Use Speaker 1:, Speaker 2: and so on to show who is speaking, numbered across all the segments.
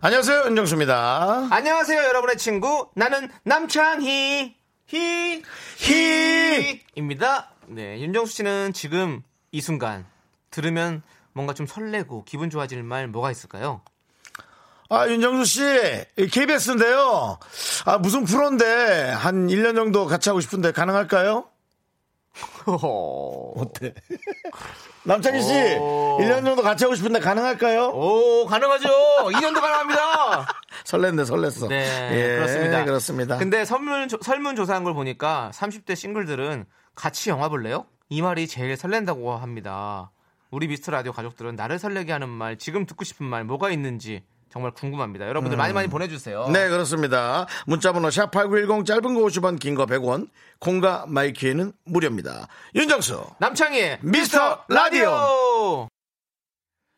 Speaker 1: 안녕하세요, 윤정수입니다.
Speaker 2: 안녕하세요, 여러분의 친구. 나는 남창희. 히. 히. 입니다. 네, 윤정수 씨는 지금 이 순간 들으면 뭔가 좀 설레고 기분 좋아질 말 뭐가 있을까요?
Speaker 1: 아, 윤정수 씨, 이 KBS인데요. 아, 무슨 프로인데, 한 1년 정도 같이 하고 싶은데, 가능할까요?
Speaker 2: 오,
Speaker 1: 어때? 남창희 씨,
Speaker 2: 오.
Speaker 1: 1년 정도 같이 하고 싶은데, 가능할까요?
Speaker 2: 가능하죠. 2년도 가능합니다.
Speaker 1: 설렜네, 설렜어.
Speaker 2: 네,
Speaker 1: 예,
Speaker 2: 그렇습니다.
Speaker 1: 그렇습니다.
Speaker 2: 근데 설문, 설문조사한 걸 보니까 30대 싱글들은 같이 영화 볼래요? 이 말이 제일 설렌다고 합니다. 우리 미스터 라디오 가족들은 나를 설레게 하는 말, 지금 듣고 싶은 말 뭐가 있는지 정말 궁금합니다. 여러분들 많이 많이 보내주세요.
Speaker 1: 네, 그렇습니다. 문자번호 샵8910, 짧은 거 50원, 긴 거 100원, 콩과 마이키에는 무료입니다. 윤정수,
Speaker 2: 남창희
Speaker 1: 미스터 라디오!
Speaker 2: 라디오.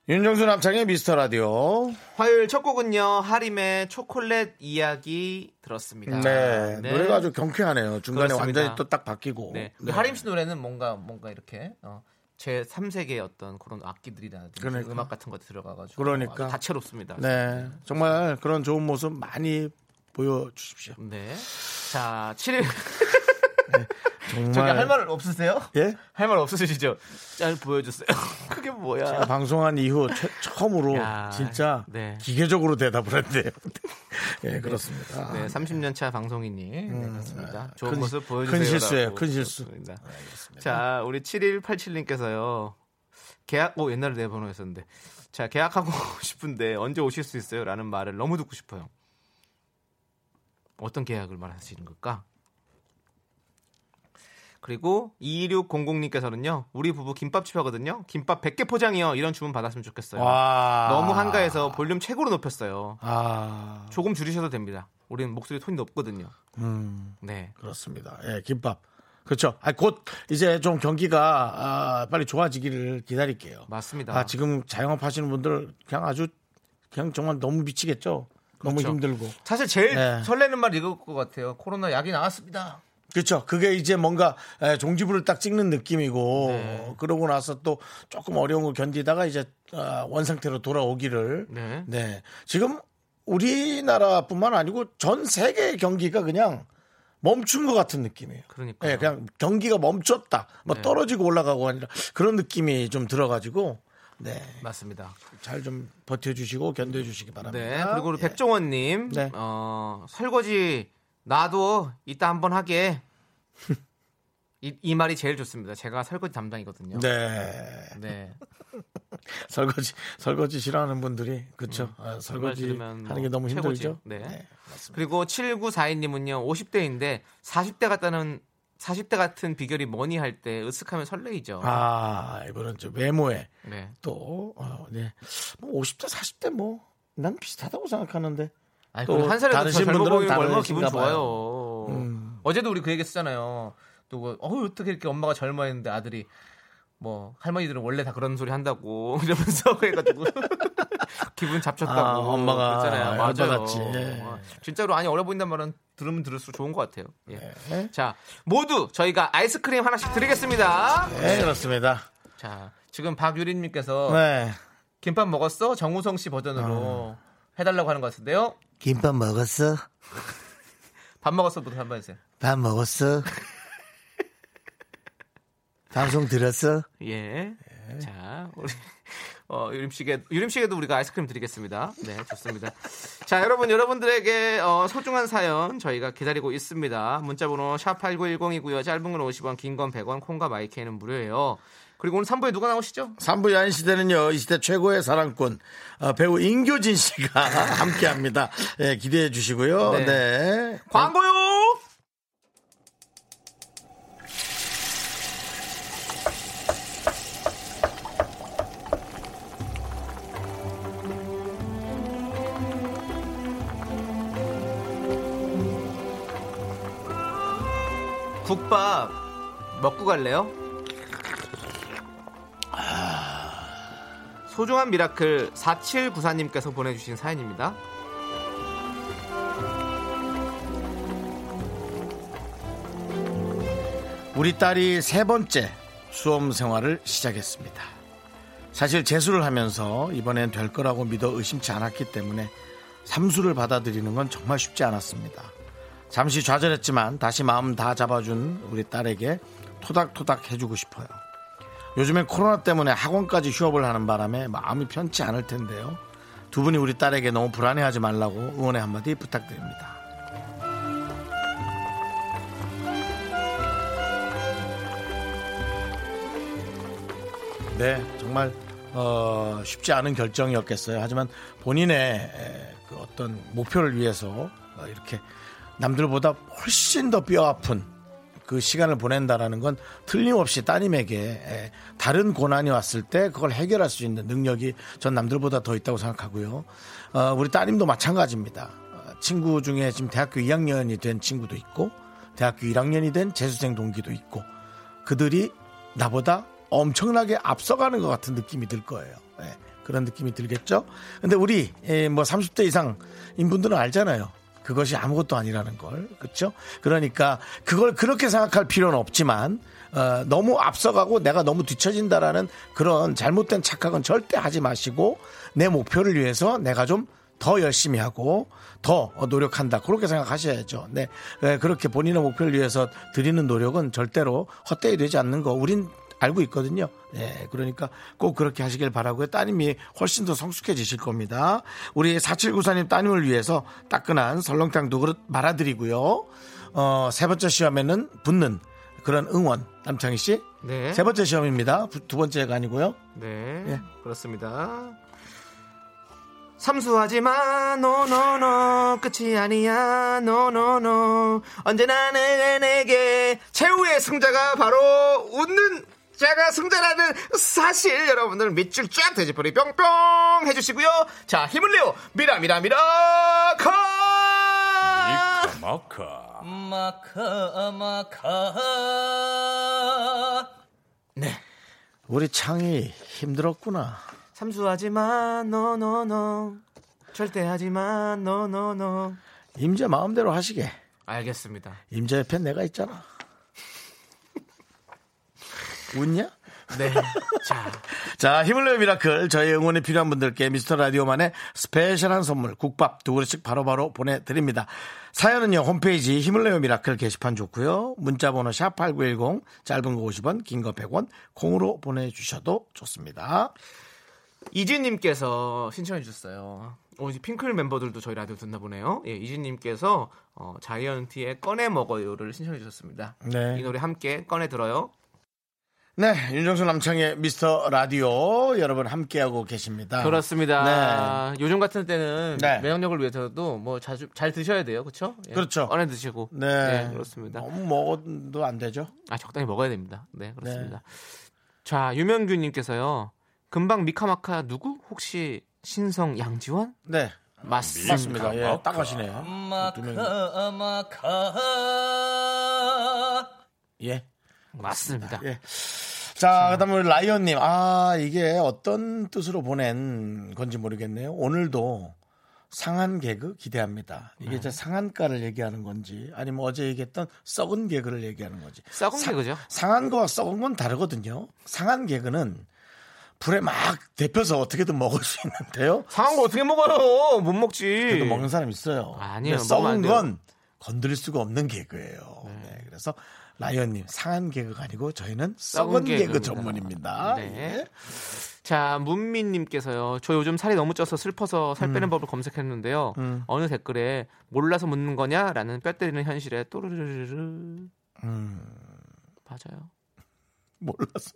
Speaker 1: 윤정수 남창의 미스터 라디오.
Speaker 2: 화요일 첫 곡은요 하림의 초콜릿 이야기 들었습니다.
Speaker 1: 네, 노래가 아주 경쾌하네요. 중간에
Speaker 2: 아, 그렇습니다.
Speaker 1: 완전히 또 딱 바뀌고.
Speaker 2: 네.
Speaker 1: 네.
Speaker 2: 하림 씨 노래는 뭔가 뭔가 이렇게 어, 제 3세계의 어떤 그런 악기들이라든지
Speaker 1: 그러니까.
Speaker 2: 음악 같은 거 들어가가지고
Speaker 1: 그러니까.
Speaker 2: 아주 다채롭습니다.
Speaker 1: 네, 정말 그런 좋은 모습 많이 보여주십시오.
Speaker 2: 네. 자, 7일
Speaker 1: 정말.
Speaker 2: 네. 저기 할 말 없으세요?
Speaker 1: 예?
Speaker 2: 할 말 없으시죠? 잘 보여주세요. 그게 뭐야?
Speaker 1: 방송한 이후 최- 처음으로
Speaker 2: 야,
Speaker 1: 진짜
Speaker 2: 네.
Speaker 1: 기계적으로 대답을 했네요. 예, 그렇습니다.
Speaker 2: 네, 30년 차 방송이니 네, 그렇습니다. 좋은
Speaker 1: 음. 큰
Speaker 2: 모습
Speaker 1: 시-
Speaker 2: 보여주세요.
Speaker 1: 큰 실수예요, 큰 실수. 네.
Speaker 2: 자, 우리 7187님께서요. 계약, 오, 옛날에 내 번호 였었는데. 자, 계약하고 싶은데 언제 오실 수 있어요? 라는 말을 너무 듣고 싶어요. 어떤 계약을 말하시는 걸까? 그리고 2600님께서는요. 우리 부부 김밥집 하거든요. 김밥 100개 포장이요. 이런 주문 받았으면 좋겠어요.
Speaker 1: 와.
Speaker 2: 너무 한가해서 볼륨 최고로 높였어요.
Speaker 1: 아,
Speaker 2: 조금 줄이셔도 됩니다. 우리는 목소리 톤이 높거든요.
Speaker 1: 음.
Speaker 2: 네.
Speaker 1: 그렇습니다. 예, 김밥. 그렇죠. 아, 곧 이제 좀 경기가 아, 빨리 좋아지기를 기다릴게요.
Speaker 2: 맞습니다.
Speaker 1: 아, 지금 자영업 하시는 분들 그냥 아주 그냥 정말 너무 미치겠죠. 너무
Speaker 2: 그렇죠.
Speaker 1: 힘들고.
Speaker 2: 사실 제일
Speaker 1: 네.
Speaker 2: 설레는 말 이거 것 같아요. 코로나 약이 나왔습니다.
Speaker 1: 그렇죠. 그게 이제 뭔가 에, 종지부를 딱 찍는 느낌이고
Speaker 2: 네.
Speaker 1: 그러고 나서 또 조금 어려운 걸 견디다가 이제 아, 원상태로 돌아오기를.
Speaker 2: 네.
Speaker 1: 지금 우리나라뿐만 아니고 전 세계 경기가 그냥 멈춘 것 같은 느낌이에요.
Speaker 2: 그러니까요.
Speaker 1: 예, 그냥 경기가 멈췄다. 뭐
Speaker 2: 네.
Speaker 1: 떨어지고 올라가고 아니라 그런 느낌이 좀 들어가지고 네.
Speaker 2: 맞습니다.
Speaker 1: 잘 좀 버텨주시고 견뎌주시기 바랍니다.
Speaker 2: 네. 그리고 우리
Speaker 1: 예.
Speaker 2: 백종원님,
Speaker 1: 네.
Speaker 2: 어, 설거지 나도 이따 한번 하게. 이, 이 말이 제일 좋습니다. 제가 설거지 담당이거든요.
Speaker 1: 네.
Speaker 2: 네.
Speaker 1: 설거지 설거지 싫어하는 분들이 그렇죠. 아,
Speaker 2: 음, 정말
Speaker 1: 설거지
Speaker 2: 싫으면 뭐
Speaker 1: 하는 게 너무
Speaker 2: 최고지.
Speaker 1: 힘들죠.
Speaker 2: 네.
Speaker 1: 맞습니다.
Speaker 2: 그리고 7942님은요, 50대인데 40대 같다는 40대 같은 비결이 뭐니 할 때 으쓱하면 설레이죠.
Speaker 1: 아 이번은 좀 외모에
Speaker 2: 네.
Speaker 1: 또 어, 네. 뭐 50대 40대 뭐 난 비슷하다고 생각하는데
Speaker 2: 아니,
Speaker 1: 또
Speaker 2: 그리고 한 살이라도
Speaker 1: 다르신
Speaker 2: 젊어
Speaker 1: 분들은
Speaker 2: 보이면 얼마나 기분
Speaker 1: 다르신가 봐요. 음.
Speaker 2: 좋아요. 어제도 우리 그 얘기 했잖아요. 또 어, 어떻게 이렇게 엄마가 젊어했는데 아들이 뭐 할머니들은 원래 다 그런 소리 한다고 이러면서 해가지고 기분 잡쳤다고
Speaker 1: 아, 엄마가
Speaker 2: 그랬잖아요. 맞아요.
Speaker 1: 열받았지. 예.
Speaker 2: 어, 진짜로 아니 어려 보인다는 말은 들으면 들을수록 좋은 것 같아요. 예.
Speaker 1: 네.
Speaker 2: 자 모두 저희가 아이스크림 하나씩 드리겠습니다.
Speaker 1: 네 그렇습니다.
Speaker 2: 자 지금 박유린님께서
Speaker 1: 네
Speaker 2: 김밥 먹었어? 정우성 씨 버전으로
Speaker 1: 아.
Speaker 2: 해달라고 하는 것 같은데요.
Speaker 1: 김밥 먹었어?
Speaker 2: 밥 먹었어부터 한번 해주세요.
Speaker 1: 밥 먹었어? 방송 들었어?
Speaker 2: 예. 자, 우리 어, 유림씨게 유림씨게도 우리가 아이스크림 드리겠습니다. 네, 좋습니다. 자, 여러분 여러분들에게 어, 소중한 사연 저희가 기다리고 있습니다. 문자번호 샵 #8910이고요. 짧은 건 50원, 긴 건 100원, 콩과 마이크는 무료예요. 그리고 오늘 3부에 누가 나오시죠?
Speaker 1: 3부 야인 시대는요, 이 시대 최고의 사랑꾼, 어, 배우 인교진 씨가 함께 합니다. 예, 기대해 주시고요.
Speaker 2: 네.
Speaker 1: 네.
Speaker 2: 광고요. 국밥 먹고 갈래요? 아, 소중한 미라클 4794님께서 보내주신 사연입니다.
Speaker 1: 우리 딸이 세 번째 수험 생활을 시작했습니다. 사실 재수를 하면서 이번엔 될 거라고 믿어 의심치 않았기 때문에 삼수를 받아들이는 건 정말 쉽지 않았습니다. 잠시 좌절했지만 다시 마음 다 잡아준 우리 딸에게 토닥토닥 해주고 싶어요. 요즘엔 코로나 때문에 학원까지 휴업을 하는 바람에 마음이 편치 않을 텐데요. 두 분이 우리 딸에게 너무 불안해하지 말라고 응원의 한마디 부탁드립니다. 네, 정말 어, 쉽지 않은 결정이었겠어요. 하지만 본인의 에, 그 어떤 목표를 위해서 어, 이렇게 남들보다 훨씬 더 뼈아픈 그 시간을 보낸다라는 건 틀림없이 따님에게 에, 다른 고난이 왔을 때 그걸 해결할 수 있는 능력이 전 남들보다 더 있다고 생각하고요. 어, 우리 따님도 마찬가지입니다. 어, 친구 중에 지금 대학교 2학년이 된 친구도 있고 대학교 1학년이 된 재수생 동기도 있고 그들이 나보다 엄청나게 앞서가는 것 같은 느낌이 들 거예요. 예, 그런 느낌이 들겠죠. 근데 우리 예, 뭐 30대 이상인 분들은 알잖아요. 그것이 아무것도 아니라는 걸 그렇죠. 그러니까 그걸 그렇게 생각할 필요는 없지만 어, 너무 앞서가고 내가 너무 뒤처진다라는 그런 잘못된 착각은 절대 하지 마시고 내 목표를 위해서 내가 좀 더 열심히 하고 더 노력한다 그렇게 생각하셔야죠. 네, 예, 그렇게 본인의 목표를 위해서 드리는 노력은 절대로 헛되이 되지 않는 거 우린 알고 있거든요. 예, 그러니까 꼭 그렇게 하시길 바라고요. 따님이 훨씬 더 성숙해지실 겁니다. 우리 4794님 따님을 위해서 따끈한 설렁탕 두 그릇 말아드리고요. 어, 세 번째 시험에는 붙는 그런 응원. 남창희 씨.
Speaker 2: 네.
Speaker 1: 세 번째 시험입니다. 부- 두 번째가 아니고요.
Speaker 2: 네.
Speaker 1: 예.
Speaker 2: 그렇습니다. 삼수하지만 노노노 끝이 아니야 노노노 언제나 내게 내게 최후의 승자가 바로 웃는 자가 승자라는 사실 여러분들 밑줄 쫙 돼지뿌리 뿅뿅 해주시고요 자 힘을 내요 미라 미라 미라 카
Speaker 3: 마카
Speaker 4: 마카 마카
Speaker 2: 네.
Speaker 1: 우리 창희 힘들었구나.
Speaker 2: 삼수하지만 노노노 절대 하지만 노노노
Speaker 1: 임자 마음대로 하시게.
Speaker 2: 알겠습니다
Speaker 1: 임자 옆에 내가 있잖아. 웃냐?
Speaker 2: 네. 자,
Speaker 1: 자, 힘을 내요 미라클. 저희 응원이 필요한 분들께 미스터 라디오만의 스페셜한 선물, 국밥 두 그릇씩 바로바로 보내드립니다. 사연은요, 홈페이지 힘을 내요 미라클 게시판 좋고요. 문자번호 샵8910, 짧은 거 50원, 긴 거 100원, 콩으로 보내주셔도 좋습니다.
Speaker 2: 이진님께서 신청해 주셨어요. 오, 이제 핑클 멤버들도 저희 라디오 듣나 보네요. 예, 이진님께서 어, 자이언티의 꺼내 먹어요를 신청해 주셨습니다.
Speaker 1: 네.
Speaker 2: 이 노래 함께 꺼내 들어요.
Speaker 1: 네, 윤정수 남창의 미스터 라디오 여러분 함께하고 계십니다.
Speaker 2: 그렇습니다. 요즘 같은 때는
Speaker 1: 아. 네.
Speaker 2: 면역력을 위해서도 뭐 자주 잘 드셔야 돼요, 그렇죠? 예,
Speaker 1: 그렇죠.
Speaker 2: 꺼내 드시고.
Speaker 1: 네.
Speaker 2: 예, 그렇습니다.
Speaker 1: 너무 먹어도 안 되죠.
Speaker 2: 아 적당히 먹어야 됩니다. 네, 그렇습니다. 자, 유명규님께서요. 금방 미카마카 누구? 혹시 신성 양지원?
Speaker 1: 네.
Speaker 2: 맞습니다.
Speaker 4: 음,
Speaker 2: 아,
Speaker 1: 맞습니다. 예, 딱 하시네요. 두 명이.
Speaker 4: 마카 마카
Speaker 1: 예.
Speaker 2: 맞습니다.
Speaker 1: 예. 자, 그다음 우리 라이언님, 아 이게 어떤 뜻으로 보낸 건지 모르겠네요. 오늘도 상한 개그 기대합니다. 이게 이제 상한가를 얘기하는 건지, 아니면 어제 얘기했던 썩은 개그를 얘기하는 건지.
Speaker 2: 썩은
Speaker 1: 사-
Speaker 2: 개그죠?
Speaker 1: 상한 거와 썩은 건 다르거든요. 상한 개그는 불에 막 데펴서 어떻게든 먹을 수 있는데요.
Speaker 2: 상한 거 어떻게 먹어요? 못 먹지.
Speaker 1: 그래도 먹는 사람 있어요.
Speaker 2: 예. 아니에요.
Speaker 1: 근데
Speaker 2: 먹으면
Speaker 1: 썩은
Speaker 2: 안 돼요.
Speaker 1: 건 건드릴 수가 없는 개그예요. 네. 그래서 라이언님 상한 개그가 아니고 저희는 썩은
Speaker 2: 썩은
Speaker 1: 개그
Speaker 2: 개그입니다.
Speaker 1: 전문입니다.
Speaker 2: 네.
Speaker 1: 예.
Speaker 2: 자, 문민님께서요. 저 요즘 살이 너무 쪄서 슬퍼서
Speaker 1: 음.
Speaker 2: 살 빼는 법을 검색했는데요. 어느 댓글에 몰라서 묻는 거냐라는 뼈 때리는 현실에 또르르르. 맞아요.
Speaker 1: 음, 몰라서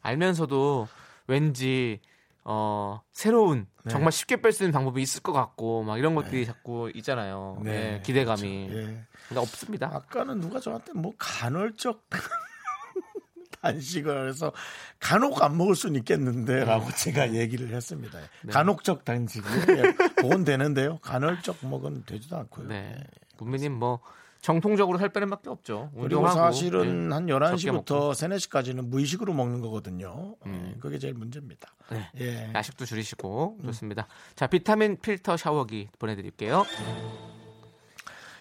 Speaker 2: 알면서도 왠지 어 새로운
Speaker 1: 네.
Speaker 2: 정말 쉽게 뺄 수 있는 방법이 있을 것 같고 막 이런 것들이 자꾸 있잖아요.
Speaker 1: 네,
Speaker 2: 예, 기대감이.
Speaker 1: 예.
Speaker 2: 근데 없습니다.
Speaker 1: 아까는 누가 저한테 뭐 간헐적 단식을 해서 간혹 안 먹을 수는
Speaker 2: 네.
Speaker 1: 있겠는데라고 제가 얘기를 했습니다. 간혹적 단식이 예. 그건 되는데요. 간헐적 먹은 되지도 않고요.
Speaker 2: 네. 문민님 네. 뭐 정통적으로 살 빼는 밖에 없죠.
Speaker 1: 그리고
Speaker 2: 운동하고,
Speaker 1: 사실은
Speaker 2: 네.
Speaker 1: 한
Speaker 2: 적게 먹고. 음.
Speaker 1: 11시부터 3시까지는 무의식으로 먹는 거거든요. 예, 그게 제일 문제입니다.
Speaker 2: 네.
Speaker 1: 예.
Speaker 2: 야식도
Speaker 1: 음.
Speaker 2: 줄이시고 좋습니다. 자 비타민 필터 샤워기 보내드릴게요.
Speaker 1: 음.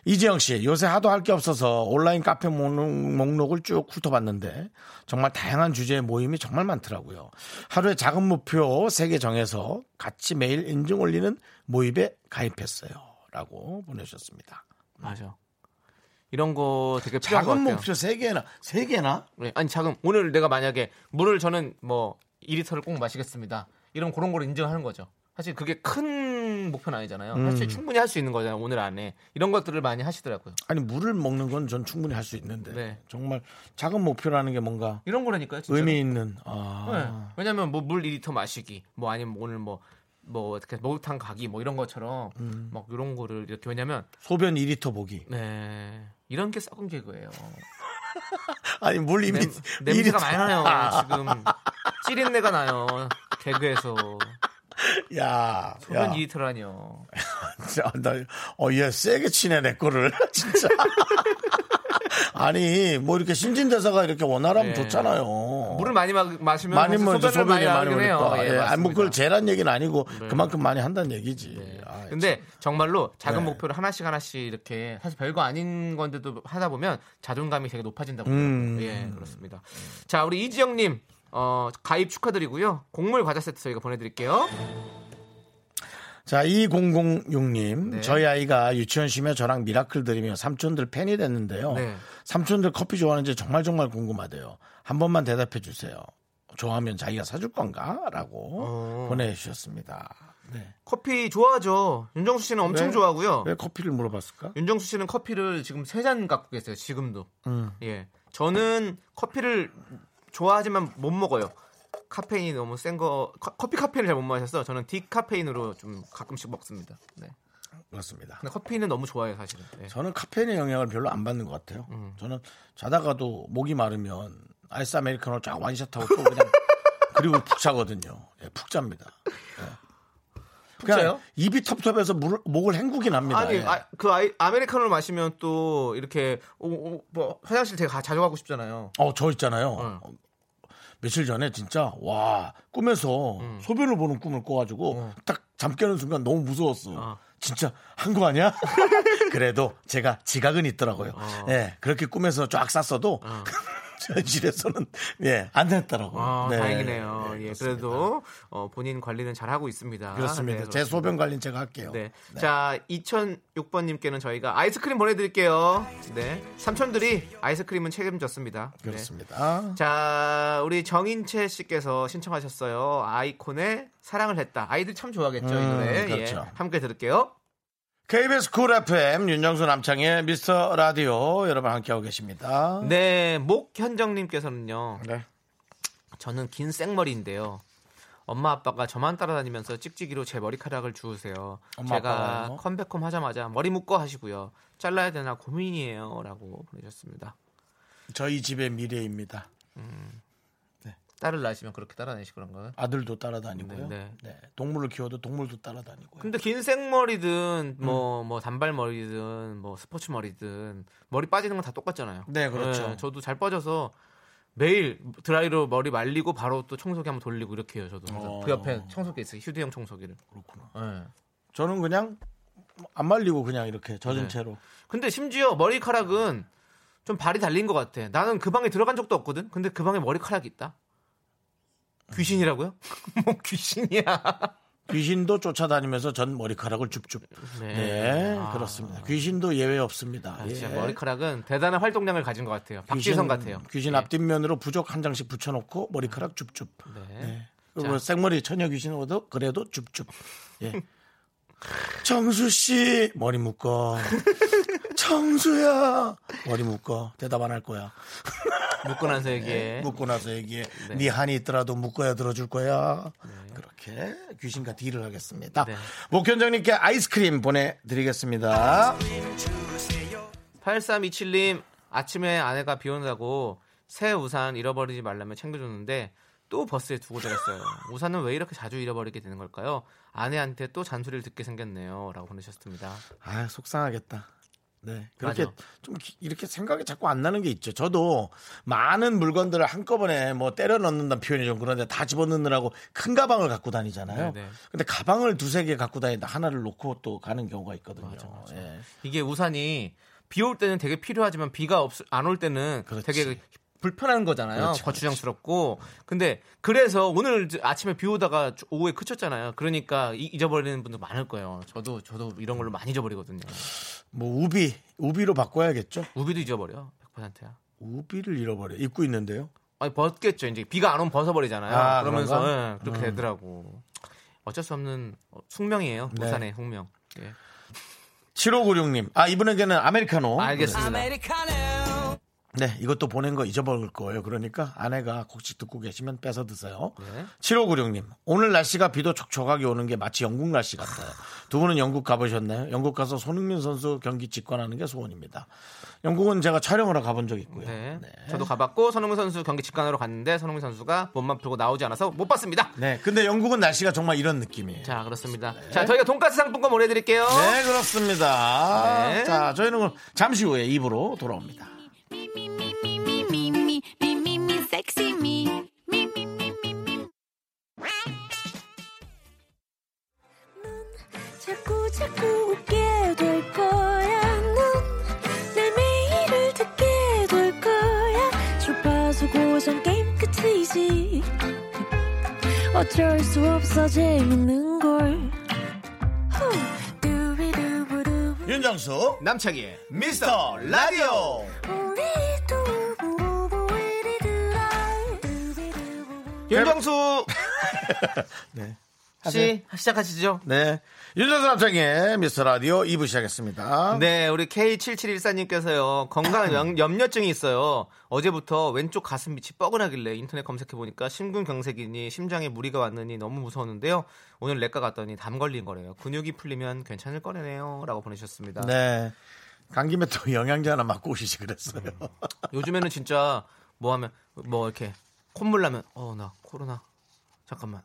Speaker 1: 이지영 씨, 요새 하도 할 게 없어서 온라인 카페 목- 목록을 쭉 훑어봤는데 정말 다양한 주제의 모임이 정말 많더라고요. 하루에 작은 목표 3개 정해서 같이 매일 인증 올리는 모임에 가입했어요. 라고 보내주셨습니다.
Speaker 2: 맞아. 이런 거 되게 필요한 것
Speaker 1: 작은
Speaker 2: 같아요.
Speaker 1: 목표 3개나, 3개나?
Speaker 2: 네, 아니 작은 오늘 내가 만약에 물을 저는 뭐 2리터를 꼭 마시겠습니다. 이런 그런 걸 인정하는 거죠. 사실 그게 큰 목표는 아니잖아요.
Speaker 1: 음.
Speaker 2: 사실 충분히 할 수 있는 거잖아요. 오늘 안에 이런 것들을 많이 하시더라고요.
Speaker 1: 아니, 물을 먹는 건 전 충분히 할 수 있는데
Speaker 2: 네.
Speaker 1: 정말 작은 목표라는 게 뭔가
Speaker 2: 이런 거라니까요. 진짜로.
Speaker 1: 의미 있는,
Speaker 2: 네.
Speaker 1: 아,
Speaker 2: 왜냐하면 뭐 물 2리터 마시기, 뭐 아니면 오늘 뭐. 뭐 어떻게 목욕탕 가기 뭐 이런 것처럼
Speaker 1: 음.
Speaker 2: 막 이런 거를 이렇게 왜냐면
Speaker 1: 소변 2리터 보기.
Speaker 2: 네 이런 게 썩은 개그예요.
Speaker 1: 아니, 물 이미
Speaker 2: 냄, 냄새가
Speaker 1: 2리터. 아,
Speaker 2: 많이 나요 지금 찌린내가 나요 개그에서
Speaker 1: 야,
Speaker 2: 소변
Speaker 1: 야.
Speaker 2: 2리터라니요.
Speaker 1: 자, 나, 어, 얘 세게 치네, 내 거를. 진짜. 아니, 뭐 이렇게 신진대사가 이렇게 원활하면
Speaker 2: 예.
Speaker 1: 좋잖아요.
Speaker 2: 물을 많이 마, 마시면
Speaker 1: 어. 많이
Speaker 2: 사실
Speaker 1: 먹어서
Speaker 2: 소변을
Speaker 1: 소변이 많이
Speaker 2: 나오긴 해요.
Speaker 1: 오니까.
Speaker 2: 예,
Speaker 1: 예, 아니, 뭐
Speaker 2: 맞습니다. 네.
Speaker 1: 그걸 죄란 얘기는 아니고 그만큼 많이 한다는 얘기지. 아,
Speaker 2: 근데 정말로 작은
Speaker 1: 네.
Speaker 2: 목표를 하나씩 하나씩 이렇게 사실 별거 아닌 건데도 하다 보면 자존감이 되게 높아진다고
Speaker 1: 음.
Speaker 2: 음. 예 그렇습니다. 자 우리 이지영님 어, 가입 축하드리고요 곡물 과자 세트 저희가 보내드릴게요.
Speaker 1: 자, 2006님.
Speaker 2: 네.
Speaker 1: 저희 아이가 유치원 쉬며 저랑 미라클 들으며 삼촌들 팬이 됐는데요.
Speaker 2: 네.
Speaker 1: 삼촌들 커피 좋아하는지 정말 정말 궁금하대요. 한 번만 대답해 주세요. 좋아하면 자기가 사줄 건가? 라고
Speaker 2: 어.
Speaker 1: 보내주셨습니다. 네.
Speaker 2: 커피 좋아하죠. 윤정수 씨는 엄청
Speaker 1: 왜?
Speaker 2: 좋아하고요.
Speaker 1: 왜 커피를 물어봤을까?
Speaker 2: 윤정수 씨는 커피를 지금 세 잔 갖고 계세요. 지금도.
Speaker 1: 음.
Speaker 2: 예. 저는 커피를 좋아하지만 못 먹어요. 카페인이 너무 센 거, 커- 커피 카페인을 잘 못 마셔서 저는 디카페인으로 좀 가끔씩 먹습니다. 네.
Speaker 1: 그렇습니다.
Speaker 2: 근데 커피는 너무 좋아해요, 사실은. 네.
Speaker 1: 저는 카페인의 영향을 별로 안 받는 것 같아요.
Speaker 2: 음.
Speaker 1: 저는 자다가도 목이 마르면 아이스 아메리카노 쫙 완샷하고 또 그냥 그리고 푹 자거든요. 예, 푹 잡니다. 예. 그냥
Speaker 2: 자요?
Speaker 1: 입이 텁텁해서 물을- 목을 헹구긴 합니다.
Speaker 2: 아니,
Speaker 1: 예.
Speaker 2: 아, 그 아이, 아메리카노를 마시면 또 이렇게 오, 오, 뭐 화장실 되게 가- 자주 가고 싶잖아요.
Speaker 1: 어, 저 있잖아요. 어, 며칠 전에 진짜 와 꿈에서 소변을 보는 꿈을 꿔가지고 딱 잠 깨는 순간 너무 무서웠어.
Speaker 2: 어.
Speaker 1: 진짜 한 거 아니야? 그래도 제가 지각은 있더라고요.
Speaker 2: 어.
Speaker 1: 예, 그렇게 꿈에서 쫙 쌌어도 현실에서는 예, 안 됐더라고요.
Speaker 2: 아,
Speaker 1: 네.
Speaker 2: 다행이네요.
Speaker 1: 네,
Speaker 2: 예,
Speaker 1: 그렇습니다.
Speaker 2: 그래도 어, 본인 관리는 잘 하고 있습니다.
Speaker 1: 그렇습니다.
Speaker 2: 네,
Speaker 1: 제 소변 관리는 제가 할게요.
Speaker 2: 네. 자, 2006번님께는 저희가 아이스크림 보내드릴게요. 네. 삼촌들이 아이스크림은 책임졌습니다. 네.
Speaker 1: 그렇습니다.
Speaker 2: 자, 우리 정인채 씨께서 신청하셨어요. 아이콘의 사랑을 했다. 아이들 참 좋아하겠죠, 이
Speaker 1: 음,
Speaker 2: 노래.
Speaker 1: 그렇죠.
Speaker 2: 예. 함께 들을게요.
Speaker 1: KBS 쿨 FM 윤정수 남창의 미스터 라디오 여러분 함께하고 계십니다.
Speaker 2: 네, 목현정님께서는요.
Speaker 1: 네.
Speaker 2: 저는 긴 생머리인데요. 엄마 아빠가 저만 따라다니면서 찍찍이로 제 머리카락을 주우세요.
Speaker 1: 엄마,
Speaker 2: 제가
Speaker 1: 아빠가요?
Speaker 2: 컴백홈 하자마자 머리 묶어 하시고요. 잘라야 되나 고민이에요라고 보내셨습니다.
Speaker 1: 저희 집의 미래입니다.
Speaker 2: 딸을 낳으시면 그렇게 따라다니시 그런 거요
Speaker 1: 아들도 따라다니고요.
Speaker 2: 네, 그
Speaker 1: 네, 동물을 키워도 동물도 따라다니고요.
Speaker 2: 근데 긴 생머리든 뭐 뭐 단발 머리든 뭐 스포츠 머리든 머리 빠지는 건 다 똑같잖아요.
Speaker 1: 네, 그렇죠.
Speaker 2: 저도 잘 빠져서 매일 드라이로 머리 말리고 바로 또 청소기 한번 돌리고 이렇게 해요. 저도 항상.
Speaker 1: 어.
Speaker 2: 그 옆에 청소기 있어요. 휴대용 청소기를.
Speaker 1: 그렇구나.
Speaker 2: 예.
Speaker 1: 저는 그냥 안 말리고 그냥 이렇게 젖은
Speaker 2: 네.
Speaker 1: 채로.
Speaker 2: 근데 심지어 머리카락은 좀 발이 달린 것 같아. 나는 그 방에 들어간 적도 없거든. 근데 그 방에 머리카락이 있다. 귀신이라고요? 뭐 귀신이야.
Speaker 1: 귀신도 쫓아다니면서 전 머리카락을 줍줍.
Speaker 2: 네.
Speaker 1: 네,
Speaker 2: 아.
Speaker 1: 그렇습니다. 귀신도 예외 없습니다.
Speaker 2: 아,
Speaker 1: 예.
Speaker 2: 진짜 머리카락은 대단한 활동량을 가진 것 같아요.
Speaker 1: 귀신-
Speaker 2: 박지성 같아요.
Speaker 1: 귀신 앞뒷면으로 부적 한 장씩 붙여놓고 머리카락 줍줍.
Speaker 2: 네.
Speaker 1: 네. 그리고 생머리 처녀 귀신으로도 그래도 줍줍. 예. 정수 씨 머리 묶어. 정수야 머리 묶어. 대답 안 할 거야.
Speaker 2: 묶고 나서 얘기해.
Speaker 1: 묶고 나서 얘기해. 네. 한이 있더라도 묶어야 들어줄 거야. 그렇게 귀신과 딜을 하겠습니다.
Speaker 2: 네.
Speaker 1: 목현정님께 아이스크림 보내드리겠습니다.
Speaker 2: 8327님 아침에 아내가 비 온다고 새 우산 잃어버리지 말라며 챙겨줬는데 또 버스에 두고 자랐어요. 우산은 왜 이렇게 자주 잃어버리게 되는 걸까요? 아내한테 또 잔소리를 듣게 생겼네요. 라고 보내셨습니다.
Speaker 1: 아 속상하겠다. 네. 그렇게
Speaker 2: 맞아.
Speaker 1: 좀 기- 이렇게 생각이 자꾸 안 나는 게 있죠. 저도 많은 물건들을 한꺼번에 뭐 때려 넣는다는 표현이 좀 그런데 다 집어넣느라고 큰 가방을 갖고 다니잖아요.
Speaker 2: 네, 네.
Speaker 1: 근데 가방을 두세 개 갖고 다니다 하나를 놓고 또 가는 경우가 있거든요. 예.
Speaker 2: 이게 우산이 비 올 때는 되게 필요하지만 비가 안 올 때는
Speaker 1: 그렇지.
Speaker 2: 되게 불편한 거잖아요.
Speaker 1: 그렇죠,
Speaker 2: 거추장스럽고. 근데 그래서 오늘 이제 아침에 비 오다가 조- 오후에 그쳤잖아요. 그러니까 이- 잊어버리는 분도 많을 거예요. 저도 저도 이런 걸로 많이 잊어버리거든요.
Speaker 1: 뭐 우비, 우비로 바꿔야겠죠.
Speaker 2: 우비도 잊어버려. 100%야.
Speaker 1: 우비를 잃어버려. 입고 있는데요.
Speaker 2: 아니 벗겠죠. 이제 비가 안 오면 벗어버리잖아요.
Speaker 1: 아,
Speaker 2: 그러면서
Speaker 1: 그런가?
Speaker 2: 예, 그렇게 되더라고. 어쩔 수 없는 어, 숙명이에요.
Speaker 1: 네.
Speaker 2: 우산의 숙명. 예.
Speaker 1: 7596님. 아, 이분에게는 아메리카노.
Speaker 2: 알겠습니다.
Speaker 1: 네, 이것도 보낸 거 잊어버릴 거예요. 그러니까 아내가 곡식 듣고 계시면 뺏어 드세요.
Speaker 2: 네.
Speaker 1: 7596님, 오늘 날씨가 비도 촉촉하게 오는 게 마치 영국 날씨 같아요. 두 분은 영국 가보셨나요? 영국 가서 손흥민 선수 경기 직관하는 게 소원입니다. 영국은 제가 촬영하러 가본 적 있고요.
Speaker 2: 네.
Speaker 1: 네.
Speaker 2: 저도 가봤고 선흥민 선수 경기 직관으로 갔는데 선흥민 선수가 몸만 풀고 나오지 않아서 못 봤습니다.
Speaker 1: 네, 근데 영국은 날씨가 정말 이런 느낌이에요.
Speaker 2: 자 그렇습니다. 자 저희가 돈가스 상품권 보내드릴게요.
Speaker 1: 네, 그렇습니다.
Speaker 2: 네.
Speaker 1: 자, 저희는 그럼 잠시 후에 입으로 돌아옵니다.
Speaker 4: Me, me, me, me, me, me, me, me, me, me, sexy me. Me, me, me, me, me. 자꾸, 자꾸 웃게 될 거야. 넌내 매일을 듣게 될 거야. 주파수 고정 게임 끝이지. 어쩔 수 없어, 재밌는 걸. 후. 두비두부두부.
Speaker 1: 윤정수,
Speaker 2: 남창희
Speaker 1: 미스터 라디오.
Speaker 2: 윤정수
Speaker 1: 네.
Speaker 2: 씨 시작하시죠.
Speaker 1: 네. 윤정수 남창의 미스터 라디오 2부 시작했습니다.
Speaker 2: 네, 우리 K7714님께서요, 건강 염- 염려증이 있어요. 어제부터 왼쪽 가슴 밑이 뻐근하길래 인터넷 검색해보니까 심근경색이니 심장에 무리가 왔느니 너무 무서웠는데요. 오늘 내과 갔더니 담 걸린 거래요. 근육이 풀리면 괜찮을 거네요. 라고 보내셨습니다.
Speaker 1: 네. 간 김에 또 영양제 하나 맞고 오시지 그랬어요.
Speaker 2: 음. 요즘에는 진짜 뭐 하면, 뭐 이렇게 콧물 나면, 어, 나 코로나. 잠깐만.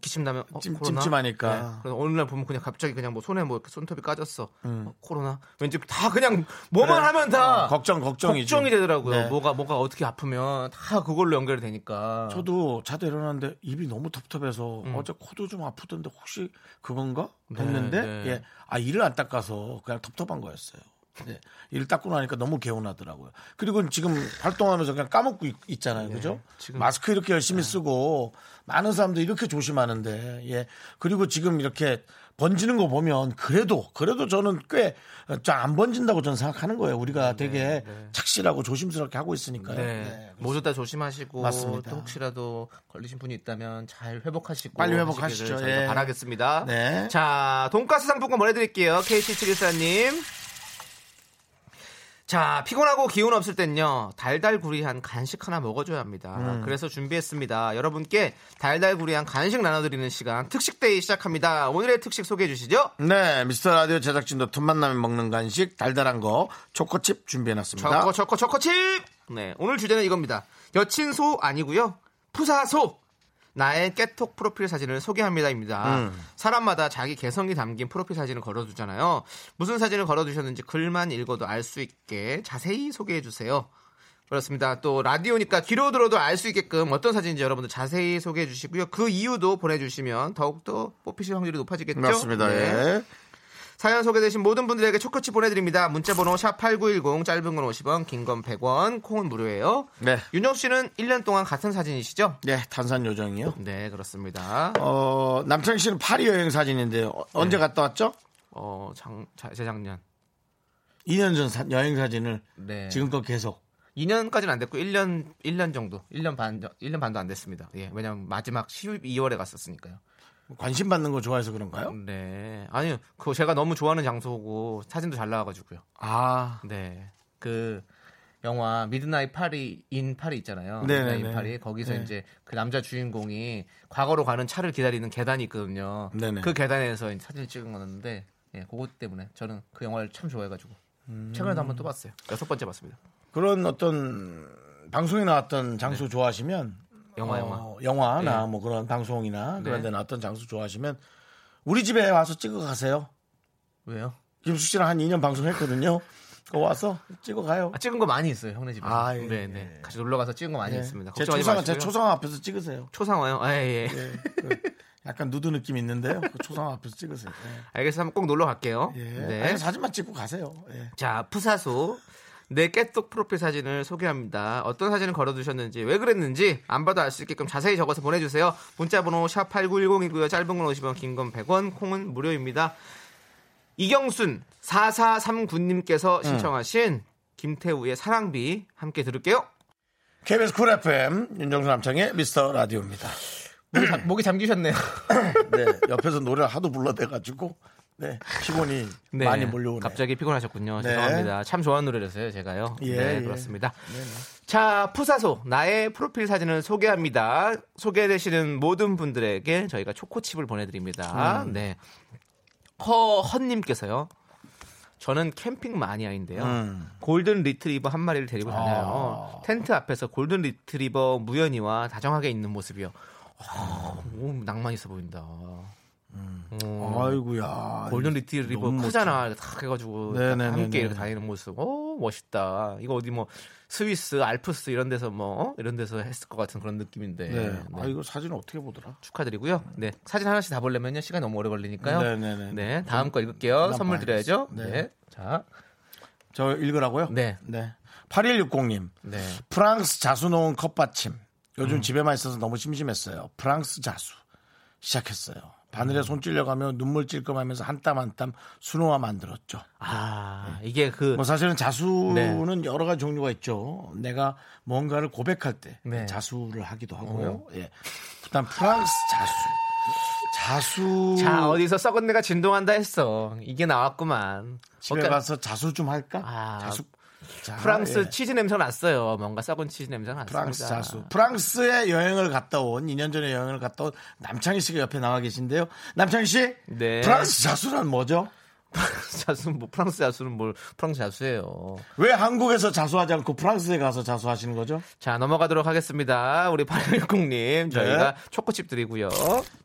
Speaker 2: 기침 나면 어,
Speaker 1: 찜-
Speaker 2: 코로나? 네.
Speaker 1: 찜찜하니까.
Speaker 2: 그래서 어느 날 보면 그냥 갑자기 그냥 뭐 손에 뭐 이렇게 손톱이 까졌어. 어, 코로나. 왠지 다 그냥 뭐만
Speaker 1: 음. 그래.
Speaker 2: 하면 다
Speaker 1: 어, 걱정, 걱정이지.
Speaker 2: 걱정이 되더라고요.
Speaker 1: 네.
Speaker 2: 뭐가 뭐가 어떻게 아프면 다 그걸로 연결이 되니까.
Speaker 1: 저도 자도 일어났는데 입이 너무 텁텁해서 어제 코도 좀 아프던데 혹시 그건가 했는데
Speaker 2: 음. 네, 네.
Speaker 1: 예. 아 이를 안 닦아서 그냥 텁텁한 거였어요. 네. 이를 닦고 나니까 너무 개운하더라고요. 그리고 지금 활동하면서 그냥 까먹고 있, 잖아요 그죠?
Speaker 2: 네, 지금. 네.
Speaker 1: 마스크 이렇게 열심히 쓰고 많은 사람들 이렇게 조심하는데 예. 그리고 지금 이렇게 번지는 거 보면 그래도 그래도 저는 꽤 잘 안 번진다고 저는 생각하는 거예요. 우리가 되게 착실하고 조심스럽게 하고 있으니까요.
Speaker 2: 네.
Speaker 1: 네.
Speaker 2: 모두 다 조심하시고
Speaker 1: 맞습니다.
Speaker 2: 또 혹시라도 걸리신 분이 있다면 잘 회복하시고
Speaker 1: 빨리
Speaker 2: 하시기를
Speaker 1: 회복하시죠.
Speaker 2: 저희가
Speaker 1: 예.
Speaker 2: 바라겠습니다.
Speaker 1: 네.
Speaker 2: 자, 돈가스 상품권 보내 드릴게요. KT714님. 자, 피곤하고 기운 없을 땐요. 달달구리한 간식 하나 먹어줘야 합니다.
Speaker 1: 음.
Speaker 2: 그래서 준비했습니다. 여러분께 달달구리한 간식 나눠드리는 시간 특식데이 시작합니다. 오늘의 특식 소개해 주시죠.
Speaker 1: 네, 미스터 라디오 제작진도 틈만 나면 먹는 간식 달달한 거 초코칩 준비해놨습니다.
Speaker 2: 초코 초코 초코칩. 네 오늘 주제는 이겁니다. 여친소 아니고요 푸사소. 나의 깨톡 프로필 사진을 소개합니다입니다.
Speaker 1: 음.
Speaker 2: 사람마다 자기 개성이 담긴 프로필 사진을 걸어두잖아요. 무슨 사진을 걸어두셨는지 글만 읽어도 알 수 있게 자세히 소개해 주세요. 그렇습니다. 또 라디오니까 귀로 들어도 알 수 있게끔 어떤 사진인지 여러분들 자세히 소개해 주시고요. 그 이유도 보내주시면 더욱더 뽑히실 확률이 높아지겠죠?
Speaker 1: 맞습니다.
Speaker 2: 네.
Speaker 1: 예.
Speaker 2: 사연 소개되신 모든 분들에게 초코칩 보내드립니다. 문자번호 샵8910 짧은 건 50원 긴 건 100원 콩은 무료예요.
Speaker 1: 네.
Speaker 2: 윤정 씨는 1년 동안 같은 사진이시죠?
Speaker 1: 네, 탄산 요정이요.
Speaker 2: 네 그렇습니다.
Speaker 1: 어, 남창희 씨는 파리 여행 사진인데요. 어,
Speaker 2: 네.
Speaker 1: 언제 갔다 왔죠?
Speaker 2: 어 장, 자, 재작년
Speaker 1: 2년 전 사- 여행 사진을
Speaker 2: 네.
Speaker 1: 지금껏 계속.
Speaker 2: 2년까지는 안 됐고 1년 1년 정도 1년 반 1년 반도 안 됐습니다. 예 왜냐면 마지막 12월에 갔었으니까요.
Speaker 1: 관심 받는 거 좋아해서 그런가요?
Speaker 2: 네 아니요 그거 제가 너무 좋아하는 장소고 사진도 잘 나와가지고요.
Speaker 1: 아,
Speaker 2: 네. 그 영화 미드나잇 파리 인 파리 있잖아요.
Speaker 1: 네네네.
Speaker 2: 미드나잇 파리 거기서
Speaker 1: 네.
Speaker 2: 이제 그 남자 주인공이 과거로 가는 차를 기다리는 계단이 있거든요.
Speaker 1: 네네.
Speaker 2: 그 계단에서 이제 사진을 찍은 건데 예, 그것 때문에 저는 그 영화를 참 좋아해가지고
Speaker 1: 음.
Speaker 2: 최근에도 한번 또 봤어요. 여섯 번째 봤습니다.
Speaker 1: 그런 어떤 방송에 나왔던
Speaker 2: 네.
Speaker 1: 장소 좋아하시면
Speaker 2: 영화 네. 영화.
Speaker 1: 어, 영화나 뭐 그런 방송이나 그런 데 나왔던 장소 좋아하시면 우리 집에 와서 찍어 가세요.
Speaker 2: 왜요?
Speaker 1: 김숙 씨랑 한 2년 방송했거든요. 그거 와서 찍어 가요.
Speaker 2: 아, 찍은 거 많이 있어요 형네 집에.
Speaker 1: 아, 예,
Speaker 2: 네, 네. 같이 놀러 가서 찍은 거 많이
Speaker 1: 예.
Speaker 2: 있습니다.
Speaker 1: 제
Speaker 2: 걱정하지
Speaker 1: 초상 제
Speaker 2: 마시고요.
Speaker 1: 초상 앞에서 찍으세요.
Speaker 2: 초상화요. 아, 예, 예.
Speaker 1: 예, 그 약간 누드 느낌 있는데요. 그 초상 앞에서 찍으세요. 네.
Speaker 2: 알겠습니다. 한번 꼭 놀러 갈게요.
Speaker 1: 예. 예.
Speaker 2: 네.
Speaker 1: 아니, 사진만 찍고 가세요. 예.
Speaker 2: 자, 푸사소. 내 깨똑 프로필 사진을 소개합니다. 어떤 사진을 걸어두셨는지, 왜 그랬는지, 안 봐도 알 수 있게끔 자세히 적어서 보내주세요. 문자번호 샵8910이고요. 짧은 건 50원, 긴 건 100원, 콩은 무료입니다. 이경순 4439님께서 신청하신 김태우의 사랑비 함께 들을게요.
Speaker 1: KBS 쿨 FM 윤정수 남창의 미스터 라디오입니다.
Speaker 2: 목이, 잠, 기셨네요
Speaker 1: 네, 옆에서 노래를 하도 불러대가지고 네, 피곤이 많이 몰려오네요.
Speaker 2: 갑자기 피곤하셨군요.
Speaker 1: 네.
Speaker 2: 죄송합니다. 참 좋아하는 노래라서요, 제가요.
Speaker 1: 예,
Speaker 2: 네,
Speaker 1: 예.
Speaker 2: 그렇습니다.
Speaker 1: 네네.
Speaker 2: 자, 푸사소 나의 프로필 사진을 소개합니다. 소개되시는 모든 분들에게 저희가 초코칩을 보내드립니다.
Speaker 1: 음.
Speaker 2: 네. 허헌님께서요. 저는 캠핑 마니아인데요.
Speaker 1: 음. 아.
Speaker 2: 골든 리트리버 한 마리를 데리고 다녀요. 텐트 앞에서 골든 리트리버 무연이와 다정하게 있는 모습이요. 어, 오, 낭만 있어 보인다. 오.
Speaker 1: 아이고야.
Speaker 2: 골든 리트리버
Speaker 1: 너무
Speaker 2: 크잖아. 이렇게 탁 해가지고
Speaker 1: 네네네네.
Speaker 2: 함께 이렇게 다니는 모습. 오 멋있다. 이거 어디 뭐 스위스, 알프스 이런 데서 뭐 어? 이런 데서 했을 것 같은 그런 느낌인데.
Speaker 1: 네.
Speaker 2: 네.
Speaker 1: 아 이거 사진 어떻게 보더라?
Speaker 2: 축하드리고요. 네 사진 하나씩 다 보려면요 시간 너무 오래 걸리니까요.
Speaker 1: 네네네.
Speaker 2: 네, 다음 거 읽을게요.
Speaker 1: 난
Speaker 2: 선물 드려야죠.
Speaker 1: 봐야겠어.
Speaker 2: 네.
Speaker 1: 네.
Speaker 2: 자,
Speaker 1: 저 읽으라고요?
Speaker 2: 네.
Speaker 1: 네. 8160님.
Speaker 2: 네.
Speaker 1: 프랑스 자수 놓은 컵받침. 요즘 집에만 있어서 너무 심심했어요. 프랑스 자수 시작했어요. 바늘에 손 찔려가며 눈물 찔끔하면서 한 땀 한 땀 수놓아 만들었죠.
Speaker 2: 아 이게 그
Speaker 1: 뭐 사실은 자수는 여러 가지 종류가 있죠. 내가 뭔가를 고백할 때
Speaker 2: 네.
Speaker 1: 자수를 하기도 하고요. 예. 일단 프랑스 자수. 자수
Speaker 2: 자 어디서 썩은 내가 진동한다 했어. 이게 나왔구만.
Speaker 1: 집에
Speaker 2: 어깨-
Speaker 1: 가서 자수 좀 할까?
Speaker 2: 아,
Speaker 1: 자수 자,
Speaker 2: 프랑스
Speaker 1: 예.
Speaker 2: 치즈 냄새 났어요. 뭔가 썩은 치즈 냄새 났습니다.
Speaker 1: 프랑스 자수. 프랑스에 여행을 갔다 온 2년 전에 여행을 갔다 온 남창희 씨가 옆에 나와 계신데요. 남창희 씨,
Speaker 2: 네.
Speaker 1: 프랑스 자수란 뭐죠?
Speaker 2: 프랑스 자수는 뭐 프랑스 자수는 뭘 프랑스 자수예요.
Speaker 1: 왜 한국에서 자수하지 않고 프랑스에 가서 자수하시는 거죠?
Speaker 2: 자 넘어가도록 하겠습니다. 우리
Speaker 1: 네.
Speaker 2: 파리공님 저희가 초코칩 드리고요.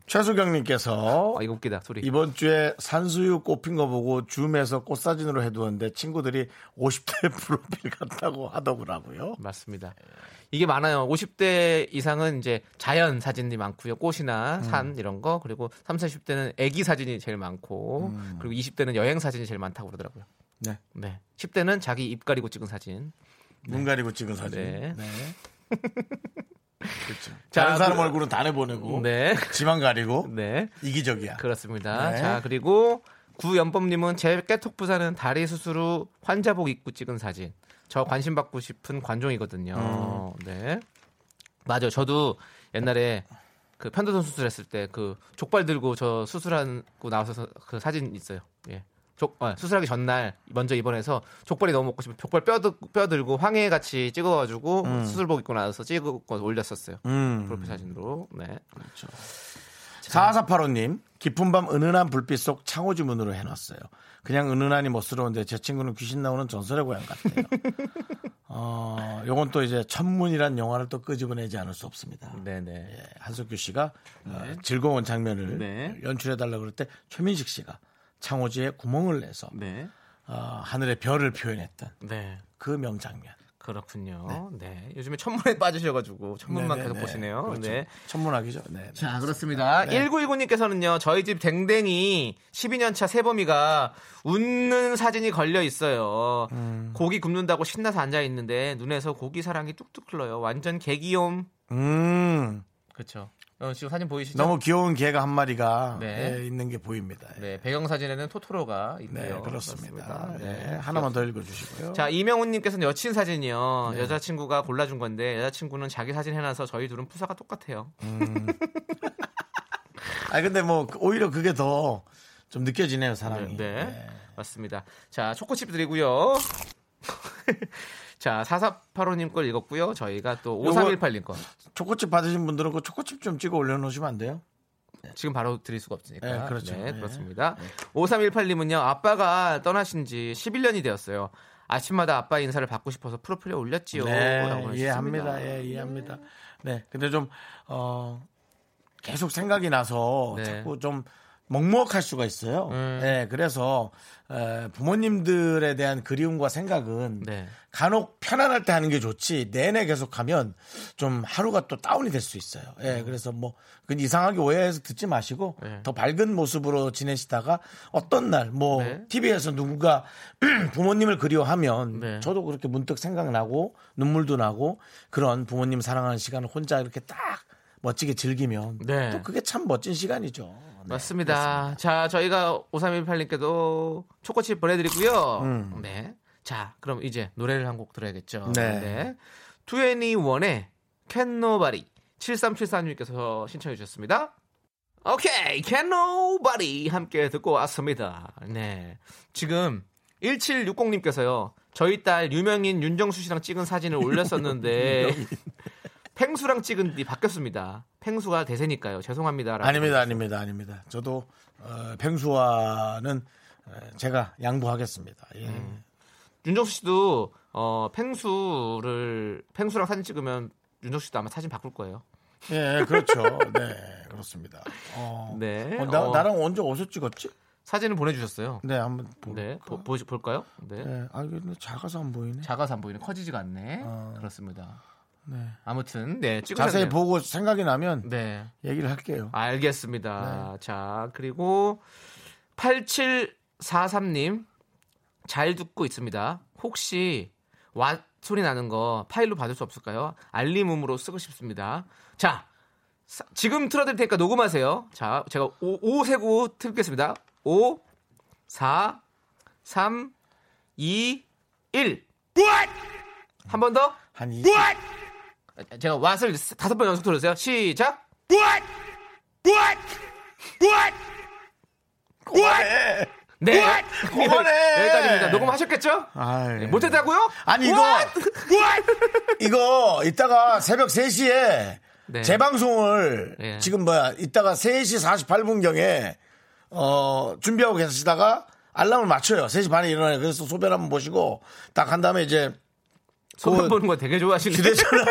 Speaker 1: 최수경님께서
Speaker 2: 어, 이거 웃기다 소리.
Speaker 1: 이번 주에 산수유 꽃핀 거 보고 줌에서 꽃사진으로 해두었는데 친구들이 50대 프로필 같다고 하더라고요.
Speaker 2: 맞습니다. 이게 많아요. 50대 이상은 이제 자연 사진이 많고요.
Speaker 1: 음.
Speaker 2: 꽃이나 산 이런 거 그리고 30, 40대는 아기 사진이 제일 많고 그리고 20대는 여행 사진이 제일 많다고 그러더라고요.
Speaker 1: 음. 네.
Speaker 2: 네. 10대는 자기 입 가리고 찍은 사진.
Speaker 1: 눈 가리고 찍은 사진.
Speaker 2: 네.
Speaker 1: 네. 그렇죠.
Speaker 2: 자,
Speaker 1: 다른 사람
Speaker 2: 그-
Speaker 1: 얼굴은 다 내보내고
Speaker 2: 네.
Speaker 1: 지만 가리고
Speaker 2: 네.
Speaker 1: 이기적이야.
Speaker 2: 그렇습니다.
Speaker 1: 네.
Speaker 2: 자 그리고 구연범님은 제 깨톡 부사는 다리 수술 후 환자복 입고 찍은 사진. 저 관심 받고 싶은 관종이거든요. 네. 맞아요. 저도 옛날에 그 편도선 수술했을 때 그 족발 들고 저 수술하고 나와서 그 사진 있어요. 예. 족, 아, 수술하기 전날 먼저 입원해서 족발이 너무 먹고 싶어 족발 뼈, 들- 뼈 들고 황해 같이 찍어가지고 수술복 입고 나와서 찍고 올렸었어요.
Speaker 1: 음.
Speaker 2: 프로필 사진으로. 네.
Speaker 1: 4485님, 깊은 밤 은은한 불빛 속 창호지 문으로 해놨어요. 그냥 은은하니 멋스러운데 제 친구는 귀신 나오는 전설의 고향 같아요. 어, 요건 또 이제 천문이란 영화를 또 끄집어내지 않을 수 없습니다.
Speaker 2: 네네.
Speaker 1: 예, 한석규 씨가 어, 즐거운 장면을
Speaker 2: 네.
Speaker 1: 연출해달라고 그럴 때 최민식 씨가 창호지에 구멍을 내서
Speaker 2: 네.
Speaker 1: 어, 하늘의 별을 표현했던
Speaker 2: 네.
Speaker 1: 그 명장면.
Speaker 2: 그렇군요. 네. 요즘에 천문에 빠지셔가지고 천문만 계속
Speaker 1: 네네네.
Speaker 2: 보시네요.
Speaker 1: 그렇죠.
Speaker 2: 네.
Speaker 1: 천문학이죠. 네. 네.
Speaker 2: 자, 그렇습니다. 1919님께서는요, 저희 집 댕댕이 12년차 새범이가 웃는 사진이 걸려 있어요. 고기 굽는다고 신나서 앉아있는데, 눈에서 고기 사랑이 뚝뚝 흘러요. 완전 개귀염.
Speaker 1: 음,
Speaker 2: 그쵸. 어, 지금 사진 보이시죠?
Speaker 1: 너무 귀여운 개가 한 마리가
Speaker 2: 네.
Speaker 1: 예, 있는 게 보입니다. 예.
Speaker 2: 네, 배경사진에는 토토로가 있고요.
Speaker 1: 네, 그렇습니다.
Speaker 2: 그렇습니다.
Speaker 1: 네, 하나만 더 읽어주시고요.
Speaker 2: 자 이명훈님께서는 여친 사진이요 여자친구가 골라준 건데 여자친구는 자기 사진 해놔서 저희 둘은 푸사가 똑같아요.
Speaker 1: 아 근데 뭐 오히려 그게 더 좀 느껴지네요, 사랑이.
Speaker 2: 네, 맞습니다. 자, 초코칩 드리고요. 자, 4485님 걸 읽었고요. 저희가 또
Speaker 1: 요거-
Speaker 2: 5318님 거
Speaker 1: 초코칩 받으신 분들은 그 초코칩 좀 찍어 올려놓으시면 안 돼요?
Speaker 2: 지금 바로 드릴 수가 없으니까.
Speaker 1: 네, 그렇죠. 네.
Speaker 2: 그렇습니다. 5318님은요. 아빠가 떠나신 지 11년이 되었어요. 아침마다 아빠 인사를 받고 싶어서 프로필에 올렸지요. 라고
Speaker 1: 네,
Speaker 2: 하셨습니다.
Speaker 1: 이해합니다. 예, 이해합니다. 네, 근데 좀 어, 계속 생각이 나서
Speaker 2: 네. 음.
Speaker 1: 자꾸 좀 먹먹할 수가 있어요. 예, 그래서 에, 부모님들에 대한 그리움과 생각은
Speaker 2: 네.
Speaker 1: 간혹 편안할 때 하는 게 좋지 내내 계속하면 좀 하루가 또 다운이 될 수 있어요. 예, 그래서 뭐 그건 이상하게 오해해서 듣지 마시고
Speaker 2: 음. 네.
Speaker 1: 더 밝은 모습으로 지내시다가 어떤 날 뭐
Speaker 2: 네.
Speaker 1: TV에서 누군가 부모님을 그리워하면
Speaker 2: 네.
Speaker 1: 저도 그렇게 문득 생각나고 눈물도 나고 그런 부모님 사랑하는 시간을 혼자 이렇게 딱 멋지게 즐기면
Speaker 2: 네.
Speaker 1: 또 그게 참 멋진 시간이죠. 네.
Speaker 2: 맞습니다. 자, 저희가 5318님께도 초코칩 보내드리고요. 네. 자, 그럼 이제 노래를 한 곡 들어야겠죠.
Speaker 1: 음. 네.
Speaker 2: 네. 2NE1의 Can Nobody 7374님께서 신청해 주셨습니다. 오케이, Can Nobody 함께 듣고 왔습니다. 네. 지금 1760님께서요. 저희 딸 유명인 윤정수 씨랑 찍은 사진을 올렸었는데 팽수랑 찍은 뒤 바뀌었습니다. 팽수가 대세니까요. 죄송합니다. 라고
Speaker 1: 아닙니다, 아닙니다, 아닙니다. 저도 어, 펭수와는 어, 제가 양보하겠습니다. 예.
Speaker 2: 음. 윤정수 씨도 어 펭수를 펭수랑 사진 찍으면 윤정수 씨도 아마 사진 바꿀 거예요.
Speaker 1: 예, 그렇죠. 네, 그렇습니다. 어,
Speaker 2: 네.
Speaker 1: 어, 나,
Speaker 2: 어,
Speaker 1: 나랑 언제 어디서 찍었지?
Speaker 2: 사진을 보내주셨어요.
Speaker 1: 네, 한번 볼까?
Speaker 2: 네. 보, 보, 볼까요? 네.
Speaker 1: 네, 아, 근데 작아서 안 보이네.
Speaker 2: 작아서 안 보이네. 커지지가 않네.
Speaker 1: 어.
Speaker 2: 그렇습니다.
Speaker 1: 네.
Speaker 2: 아무튼 네 찍으셨네요.
Speaker 1: 자세히 보고 생각이 나면
Speaker 2: 네.
Speaker 1: 얘기를 할게요.
Speaker 2: 알겠습니다. 자, 그리고 8743님 잘 듣고 있습니다. 혹시 왓 소리 나는 거 파일로 받을 수 없을까요? 알림음으로 쓰고 싶습니다. 자, 사- 지금 틀어드릴 테니까 녹음하세요. 자, 제가 5, 세고 틀겠습니다. 5, 4, 3, 2, 1. 한 번 더.
Speaker 1: 한 이,
Speaker 2: 뭐, 제가 왓을 다섯 번 연속 들으세요. 시작. 뭐? 네.
Speaker 1: 그만해.
Speaker 2: 여기까지입니다. 녹음하셨겠죠?
Speaker 1: 아이.
Speaker 2: 네, 못했다고요?
Speaker 1: 아니, 이거. 이거 이따가 새벽 3시에
Speaker 2: 네.
Speaker 1: 재방송을
Speaker 2: 예.
Speaker 1: 지금 뭐야 이따가 3시 48분경에 어 준비하고 계시다가 알람을 맞춰요. 3시 반에 일어나요. 그래서 소변 한번 보시고 딱 한 다음에 이제
Speaker 2: 소문
Speaker 1: 그-
Speaker 2: 보는 거 되게 좋아하시네.
Speaker 1: 휴대전화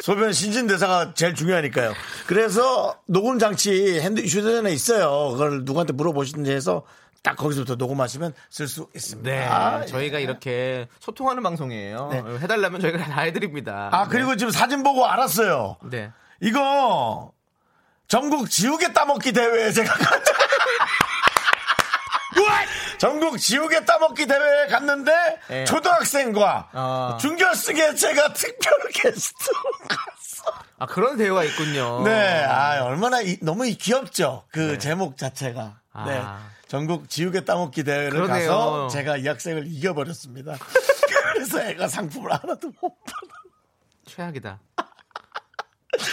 Speaker 1: 소변 신진 대사가 제일 중요하니까요. 그래서 녹음 장치 핸드 휴대전에 있어요. 그걸 누구한테 물어보시든지 해서 딱 거기서부터 녹음하시면 쓸 수 있습니다.
Speaker 2: 네.
Speaker 1: 아,
Speaker 2: 저희가 이렇게 소통하는 방송이에요.
Speaker 1: 네.
Speaker 2: 해달라면 저희가 다 해드립니다.
Speaker 1: 아 그리고 지금 사진 보고 알았어요.
Speaker 2: 네. 네.
Speaker 1: 이거 전국 지우개 따먹기 대회에 제가 갔다. 전국 지우개 따먹기 대회에 갔는데
Speaker 2: 예.
Speaker 1: 초등학생과
Speaker 2: 아.
Speaker 1: 중결승계체가 특별 게스트로 갔어.
Speaker 2: 아, 그런 대화가 있군요.
Speaker 1: 네, 아 얼마나 이- 너무 이- 귀엽죠. 그 제목 자체가.
Speaker 2: 네. 아.
Speaker 1: 네, 전국 지우개 따먹기 대회를
Speaker 2: 그러네요.
Speaker 1: 가서 제가 이 학생을 이겨버렸습니다. 그래서 애가 상품을 하나도 못 받아.
Speaker 2: 최악이다.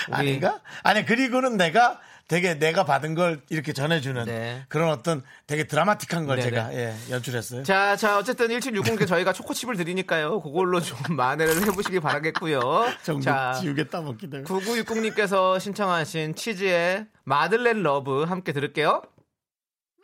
Speaker 2: 우리-
Speaker 1: 아닌가? 아니 그리고는 내가 되게 내가 받은 걸 이렇게 전해주는
Speaker 2: 네.
Speaker 1: 그런 어떤 되게 드라마틱한 걸
Speaker 2: 네,
Speaker 1: 제가 예, 연출했어요.
Speaker 2: 자, 자, 어쨌든 1760께 저희가 초코칩을 드리니까요. 그걸로 좀 만회를 해보시길 바라겠고요.
Speaker 1: 전국
Speaker 2: 자,
Speaker 1: 지우개 따먹기 대회.
Speaker 2: 9960님께서 신청하신 치즈의 마들렌 러브 함께 들을게요.
Speaker 4: me,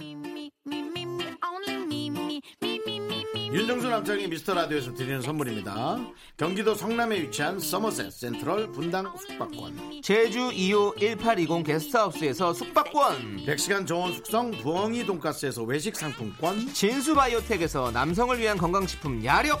Speaker 4: me, me, me, me, only me, me, me, me, me, me.
Speaker 1: 윤정수 남창이 미스터 라디오에서 드리는 선물입니다. 경기도 성남에 위치한 서머셋 센트럴 분당 숙박권.
Speaker 2: 제주 2호 1820 게스트하우스에서 숙박권
Speaker 1: 100시간 정원 숙성 부엉이 돈가스에서 외식 상품권.
Speaker 2: 진수바이오텍에서 남성을 위한 건강식품 야력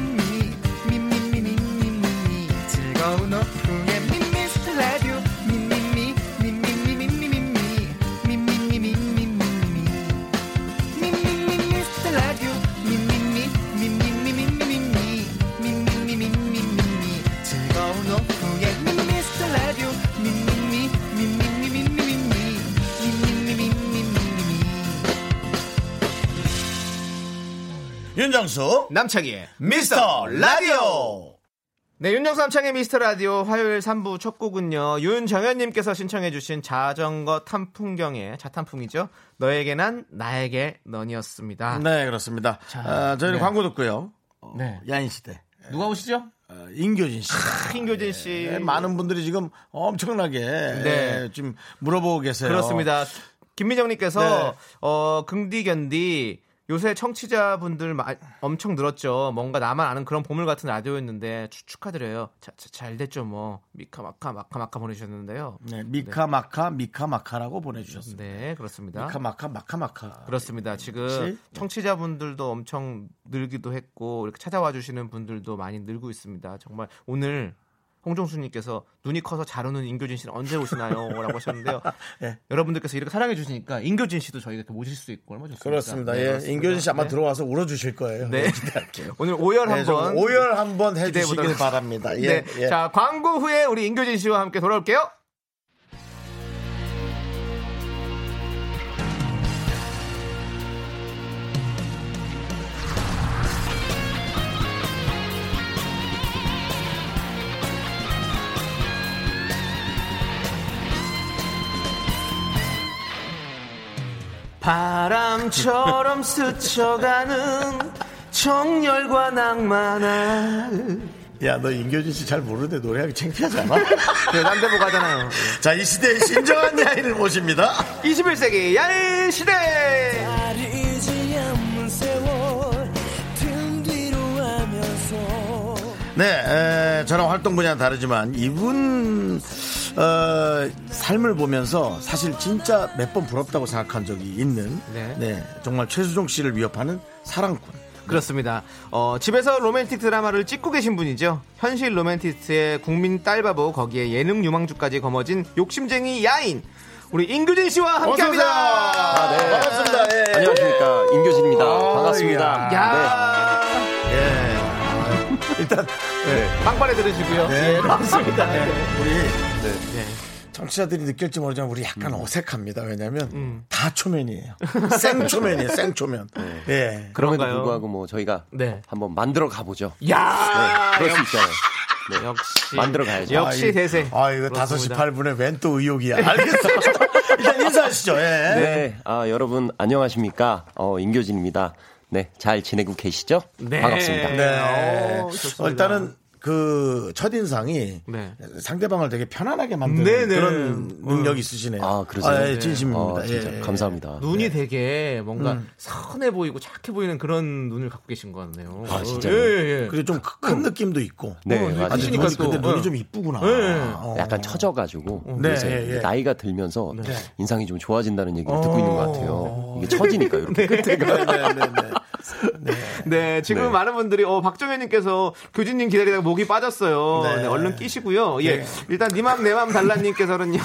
Speaker 5: 미미미 미미미 미미미 즐거운 오후에 미스터 라디오 미미미 미미미 미미미 미미미 미미미 미미미
Speaker 1: 윤정수
Speaker 2: 남창희의
Speaker 1: 미스터 라디오.
Speaker 2: 네, 윤정수 남창의 미스터 라디오 화요일 3부 첫 곡은요. 윤정현님께서 신청해주신 자전거 탐풍경의 자탄풍이죠. 너에게 난 나에게 넌이었습니다.
Speaker 1: 네 그렇습니다. 아, 저희는 광고 듣고요. 어,
Speaker 2: 네.
Speaker 1: 야인 시대
Speaker 2: 누가 오시죠?
Speaker 1: 어, 인교진 씨.
Speaker 2: 킹교진 씨.
Speaker 1: 네, 많은 분들이 지금 엄청나게
Speaker 2: 네.
Speaker 1: 예, 지금 물어보고 계세요.
Speaker 2: 그렇습니다. 김민정님께서
Speaker 1: 네.
Speaker 2: 어 금디 견디 요새 청취자분들 마- 엄청 늘었죠. 뭔가 나만 아는 그런 보물 같은 라디오였는데 추- 축하드려요. 자, 자- 잘 됐죠 뭐 미카 마카 마카 마카 보내주셨는데요.
Speaker 1: 네, 미카마카 미카마카라고 보내주셨습니다.
Speaker 2: 네 그렇습니다.
Speaker 1: 마카마카 마카마카.
Speaker 2: 그렇습니다. 지금
Speaker 1: 아, 예. 혹시? 네.
Speaker 2: 청취자분들도 엄청 늘기도 했고 이렇게 찾아와 주시는 분들도 많이 늘고 있습니다. 정말 오늘 홍종수님께서 눈이 커서 잘 오는 인교진 씨는 언제 오시나요?라고 하셨는데요.
Speaker 1: 예.
Speaker 2: 여러분들께서 이렇게 사랑해 주시니까 인교진 씨도 저희가 이렇게 모실 수 있고 얼마 나 좋습니까?
Speaker 1: 그렇습니다.
Speaker 2: 네,
Speaker 1: 예,
Speaker 2: 그렇습니다.
Speaker 1: 인교진 씨 아마
Speaker 2: 네.
Speaker 1: 들어와서 울어주실 거예요.
Speaker 2: 네.
Speaker 1: 네, 기대할게요.
Speaker 2: 오늘 오열
Speaker 1: 네, 좀
Speaker 2: 한번
Speaker 1: 오열 한번
Speaker 2: 기대해
Speaker 1: 해주시길
Speaker 2: 보도록 하겠습니다.
Speaker 1: 바랍니다. 예,
Speaker 2: 네.
Speaker 1: 예.
Speaker 2: 자 광고 후에 우리 인교진 씨와 함께 돌아올게요. 바람처럼 스쳐가는 정열과 낭만을
Speaker 1: 야, 너 인교진 씨 잘 모르는데 노래하기 창피하잖아.
Speaker 2: 대단대보 네, 가잖아요.
Speaker 1: 자, 이 시대의 신정한 야인을 모십니다.
Speaker 2: 21세기 야인 시대.
Speaker 1: 네, 에, 저랑 활동 분야는 다르지만 이분 어, 삶을 보면서 사실 진짜 몇 번 부럽다고 생각한 적이 있는
Speaker 2: 네.
Speaker 1: 네. 정말 최수종 씨를 위협하는 사랑꾼.
Speaker 2: 그렇습니다. 어, 집에서 로맨틱 드라마를 찍고 계신 분이죠. 현실 로맨티스트의 국민 딸바보 거기에 예능 유망주까지 거머쥔 욕심쟁이 야인. 우리 임규진 씨와 함께합니다.
Speaker 1: 아, 네. 반갑습니다. 예.
Speaker 6: 안녕하십니까 임교진입니다.
Speaker 1: 아,
Speaker 6: 반갑습니다. 네.
Speaker 2: 야
Speaker 1: 일단
Speaker 6: 네.
Speaker 2: 빵빠레 들으시고요.
Speaker 1: 네.
Speaker 2: 예, 반갑습니다.
Speaker 1: 우리
Speaker 6: 네.
Speaker 1: 네. 청취자들이 느낄지 모르지만 우리
Speaker 6: 음.
Speaker 1: 약간 어색합니다. 왜냐하면 다 초면이에요. 생초면이에요. 생초면.
Speaker 6: 네.
Speaker 1: 예.
Speaker 6: 그럼에도
Speaker 2: 그런가요?
Speaker 6: 불구하고 뭐 저희가
Speaker 2: 네.
Speaker 6: 한번 만들어 가보죠.
Speaker 2: 야
Speaker 6: 그럴 수 있잖아요. 네.
Speaker 2: 역시
Speaker 6: 만들어 가야죠.
Speaker 2: 역시
Speaker 6: 네.
Speaker 1: 아, 이-
Speaker 2: 대세.
Speaker 1: 아 이거
Speaker 2: 그렇습니다.
Speaker 1: 5시 8분에 웬 또 의욕이야. 알겠습니다. 일단 인사하시죠. 예.
Speaker 6: 네, 아, 여러분 안녕하십니까? 어, 임교진입니다. 네, 잘 지내고 계시죠?
Speaker 2: 네.
Speaker 6: 반갑습니다.
Speaker 1: 네.
Speaker 2: 오, 좋습니다.
Speaker 1: 어, 일단은 그 첫인상이
Speaker 2: 네.
Speaker 1: 상대방을 되게 편안하게 만드는
Speaker 2: 네, 네.
Speaker 1: 그런 능력이 있으시네요.
Speaker 6: 아, 그러세요?
Speaker 1: 예, 진심입니다.
Speaker 6: 어, 진짜
Speaker 1: 예, 예.
Speaker 6: 감사합니다.
Speaker 2: 눈이 되게 뭔가 선해 보이고 착해 보이는 그런 눈을 갖고 계신 것 같네요.
Speaker 6: 아, 진짜요?
Speaker 2: 예, 예.
Speaker 1: 그리고 좀 큰 느낌도 있고.
Speaker 2: 어,
Speaker 6: 네,
Speaker 1: 아,
Speaker 6: 맞아요.
Speaker 1: 근데
Speaker 2: 그러시니까
Speaker 1: 눈이,
Speaker 2: 또,
Speaker 1: 근데 눈이
Speaker 2: 어.
Speaker 1: 좀 이쁘구나.
Speaker 2: 예.
Speaker 1: 어.
Speaker 6: 약간 처져가지고
Speaker 1: 네,
Speaker 6: 요새
Speaker 1: 예, 예.
Speaker 6: 나이가 들면서
Speaker 2: 네.
Speaker 6: 인상이 좀 좋아진다는 얘기를
Speaker 2: 어.
Speaker 6: 듣고 있는 것 같아요. 이게 처지니까 이렇게 끝에가
Speaker 1: 네, 네, 네, 네.
Speaker 2: 네, 지금
Speaker 6: 네.
Speaker 2: 많은 분들이 어 박정현님께서 교진님 기다리다가 목이 빠졌어요.
Speaker 1: 네.
Speaker 2: 네, 얼른 끼시고요. 예,
Speaker 1: 네.
Speaker 2: 일단 니맘 내맘 달라님께서는요.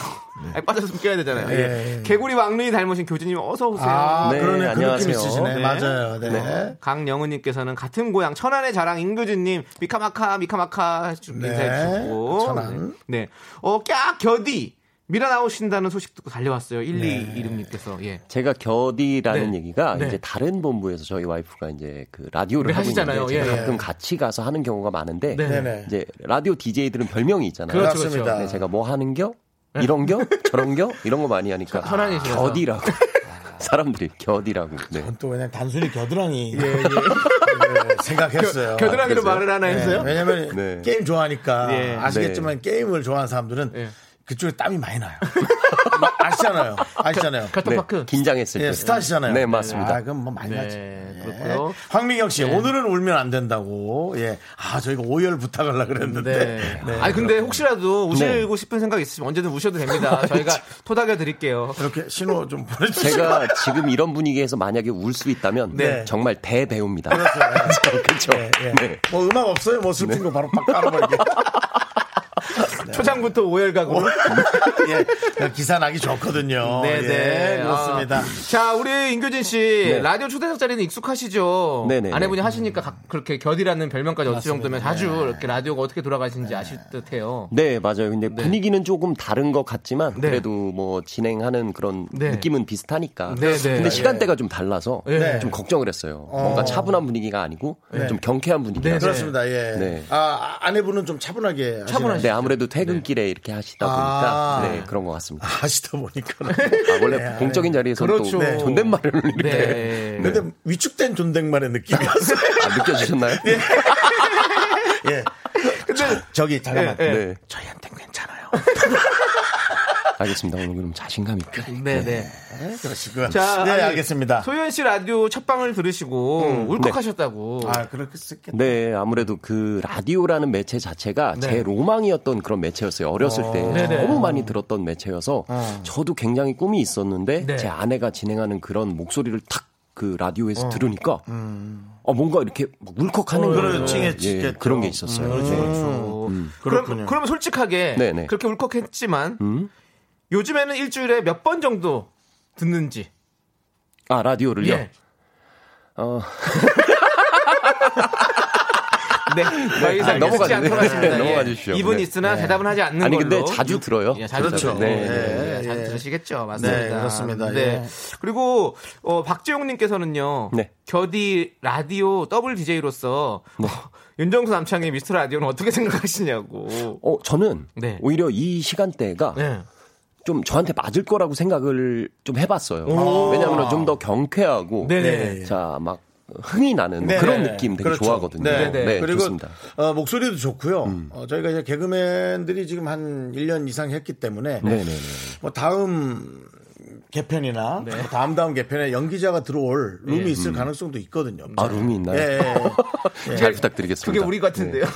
Speaker 2: 아니, 빠졌으면 껴야 되잖아요.
Speaker 1: 네.
Speaker 2: 예. 개구리 왕눈이 닮으신 교진님 어서 오세요.
Speaker 1: 아,
Speaker 6: 네,
Speaker 1: 그러네. 그 느낌
Speaker 6: 안녕하세요.
Speaker 1: 있으시네.
Speaker 2: 네.
Speaker 1: 맞아요. 네.
Speaker 2: 강영은님께서는 같은 고향 천안의 자랑 임교진님 미카마카 미카마카 해주-
Speaker 1: 네,
Speaker 2: 인사해 주고
Speaker 1: 천안.
Speaker 2: 네, 네. 어, 깍 겨디 미라 나오신다는 소식 듣고 달려왔어요. 1
Speaker 1: 네.
Speaker 2: 2 1님께서 예.
Speaker 6: 제가 겨디라는
Speaker 2: 네.
Speaker 6: 얘기가
Speaker 2: 네.
Speaker 6: 이제 다른 본부에서 저희 와이프가 이제 그 라디오를
Speaker 2: 네,
Speaker 6: 하고
Speaker 2: 하시잖아요.
Speaker 6: 있는데 제가
Speaker 2: 예, 예.
Speaker 6: 가끔 같이 가서 하는 경우가 많은데
Speaker 2: 네.
Speaker 1: 네.
Speaker 6: 이제 라디오 DJ들은 별명이 있잖아요.
Speaker 2: 그렇죠, 네.
Speaker 1: 그렇습니다.
Speaker 6: 네, 제가 뭐 하는겨? 이런겨? 저런겨? 이런 거 많이 하니까
Speaker 2: 천안이시라서.
Speaker 6: 겨디라고 사람들이 겨디라고. 네.
Speaker 1: 또 그냥 단순히 겨드랑이 예, 생각했어요.
Speaker 2: 예. 겨드랑이로
Speaker 6: 그랬어요?
Speaker 2: 말을 하나
Speaker 1: 네,
Speaker 2: 했어요.
Speaker 1: 왜냐면
Speaker 6: 네.
Speaker 1: 게임 좋아하니까
Speaker 2: 예.
Speaker 1: 아시겠지만 게임을 좋아하는 사람들은
Speaker 2: 예.
Speaker 1: 그쪽에 땀이 많이 나요. 아시잖아요. 아시잖아요.
Speaker 6: 네,
Speaker 2: 카톡파크
Speaker 6: 긴장했을
Speaker 1: 예,
Speaker 6: 때.
Speaker 1: 스타시잖아요.
Speaker 6: 네, 맞습니다.
Speaker 1: 아, 그럼 뭐 많이 나지.
Speaker 2: 네,
Speaker 1: 예.
Speaker 2: 그렇고요.
Speaker 1: 황민경 씨, 오늘은 울면 안 된다고. 예. 아, 저희가 오열 부탁하려 그랬는데.
Speaker 2: 네. 아니 근데 혹시라도 우시고 싶은 생각 있으시면 언제든 우셔도 됩니다. 저희가 토닥여 드릴게요.
Speaker 1: 이렇게 신호 좀 보내주세요.
Speaker 6: 제가 지금 이런 분위기에서 만약에 울 수 있다면
Speaker 1: 네.
Speaker 6: 정말 대배우입니다. 그렇죠.
Speaker 2: 네,
Speaker 1: 예, 예. 뭐 음악 없어요? 뭐 슬픈 거 바로 빡 깔아버리게. 네.
Speaker 2: 초장부터 오열각으로.
Speaker 1: 예. 기사 나기 좋거든요.
Speaker 2: 네, 네.
Speaker 1: 어? 예, 그렇습니다. 네.
Speaker 2: 아. 자, 우리 임교진 씨 라디오 초대석 자리는 익숙하시죠.
Speaker 6: 네, 네,
Speaker 2: 아내분이 하시니까 가- 그렇게 겨디라는 별명까지 얻을 정도면 자주
Speaker 1: 네.
Speaker 2: 이렇게 라디오가 어떻게 돌아가시는지 아실 듯해요.
Speaker 6: 네, 맞아요. 근데 분위기는 조금 다른 것 같지만
Speaker 2: 네.
Speaker 6: 그래도 뭐 진행하는 그런
Speaker 2: 네.
Speaker 6: 느낌은 비슷하니까.
Speaker 2: 네, 네.
Speaker 6: 근데 시간대가 좀 달라서
Speaker 2: 네.
Speaker 6: 좀 걱정을 했어요. 뭔가 차분한 분위기가 아니고 좀 경쾌한 분위기.
Speaker 2: 네,
Speaker 6: 네.
Speaker 2: 네.
Speaker 1: 그렇습니다. 예.
Speaker 6: 네.
Speaker 1: 아, 아, 아내분은 좀 차분하게
Speaker 2: 차분하시-
Speaker 6: 네, 아무래도 퇴근길에 이렇게 하시다 보니까
Speaker 1: 아.
Speaker 6: 네, 그런 것 같습니다.
Speaker 1: 하시다 보니까.
Speaker 6: 아, 원래 공적인 자리에서
Speaker 2: 네, 그렇죠.
Speaker 6: 또
Speaker 2: 네.
Speaker 6: 존댓말을 올리기
Speaker 2: 네.
Speaker 6: 때문에
Speaker 1: 예. 근데 위축된 존댓말의 느낌이었어요.
Speaker 6: 아, 느껴지셨나요? 네.
Speaker 1: 예. 근데 예, 저기 잠깐만.
Speaker 6: 저희한텐 괜찮아요. 네. 알겠습니다. 오늘 그럼 자신감 있게.
Speaker 2: 네, 네.
Speaker 1: 그러시고요.
Speaker 2: 자,
Speaker 1: 네,
Speaker 2: 아니,
Speaker 1: 알겠습니다. 음, 네.
Speaker 2: 소연 씨 라디오 첫 방을 들으시고 울컥하셨다고.
Speaker 1: 아, 그렇겠습니까?
Speaker 6: 네, 아무래도 그 라디오라는 매체 자체가 제 로망이었던 그런 매체였어요. 어렸을 때
Speaker 2: 네. 네네. 어.
Speaker 6: 너무 많이 들었던 매체여서 저도 굉장히 꿈이 있었는데
Speaker 2: 네.
Speaker 6: 제 아내가 진행하는 그런 목소리를 탁 그 라디오에서 들으니까
Speaker 2: 음.
Speaker 6: 어, 뭔가 이렇게 막
Speaker 2: 어,
Speaker 6: 울컥하는 거예요.
Speaker 1: 그렇지,
Speaker 6: 예, 그런 게 있었어요.
Speaker 2: 음, 그렇죠,
Speaker 1: 음.
Speaker 6: 그렇죠.
Speaker 2: 그럼, 그럼 솔직하게
Speaker 6: 네, 음? 네.
Speaker 2: 그렇게 울컥했지만 요즘에는 일주일에 몇 번 정도 듣는지.
Speaker 6: 아 라디오를요.
Speaker 2: 예.
Speaker 6: 어,
Speaker 2: 네. 더
Speaker 6: 아,
Speaker 2: 이상 넘어가지
Speaker 6: 넘어가죠.
Speaker 2: 않도록 하겠습니다.
Speaker 6: 네,
Speaker 2: 예.
Speaker 6: 넘어가 주십시오.
Speaker 2: 입은
Speaker 6: 네.
Speaker 2: 있으나 대답은 하지 않는
Speaker 6: 아니
Speaker 2: 걸로.
Speaker 6: 근데 자주 들어요.
Speaker 2: 예, 자주
Speaker 1: 그렇죠.
Speaker 2: 들어요. 네,
Speaker 6: 네.
Speaker 2: 네,
Speaker 1: 예,
Speaker 2: 자주
Speaker 1: 예.
Speaker 2: 들으시겠죠. 맞습니다.
Speaker 1: 네, 그렇습니다.
Speaker 2: 네.
Speaker 1: 예.
Speaker 2: 그리고 어, 박재용님께서는요.
Speaker 6: 네.
Speaker 2: 겨디 라디오 더블 DJ로서 윤정수 남창의 미스터 라디오는 어떻게 생각하시냐고.
Speaker 6: 어, 저는
Speaker 2: 네.
Speaker 6: 오히려 이 시간대가
Speaker 2: 네.
Speaker 6: 좀 저한테 맞을 거라고 생각을 좀 해봤어요. 왜냐하면 좀 더 경쾌하고
Speaker 2: 네네.
Speaker 6: 자 막 흥이 나는 뭐
Speaker 1: 네,
Speaker 6: 그런
Speaker 1: 네.
Speaker 6: 느낌 되게
Speaker 1: 그렇죠.
Speaker 6: 좋아하거든요.
Speaker 1: 네,
Speaker 6: 네,
Speaker 2: 네.
Speaker 1: 그리고
Speaker 6: 좋습니다. 음.
Speaker 1: 어, 목소리도 좋고요. 어, 저희가 이제 개그맨들이 지금 한 1년 이상 했기 때문에
Speaker 6: 네, 네, 네.
Speaker 1: 뭐 다음 개편이나 뭐 다음 다음 개편에 연기자가 들어올 룸이 있을 가능성도 있거든요.
Speaker 6: 아 룸이
Speaker 1: 예,
Speaker 6: 있나요?
Speaker 1: 예. 예.
Speaker 6: 잘 부탁드리겠습니다.
Speaker 2: 네. 그게 우리 같은데요.
Speaker 6: 네.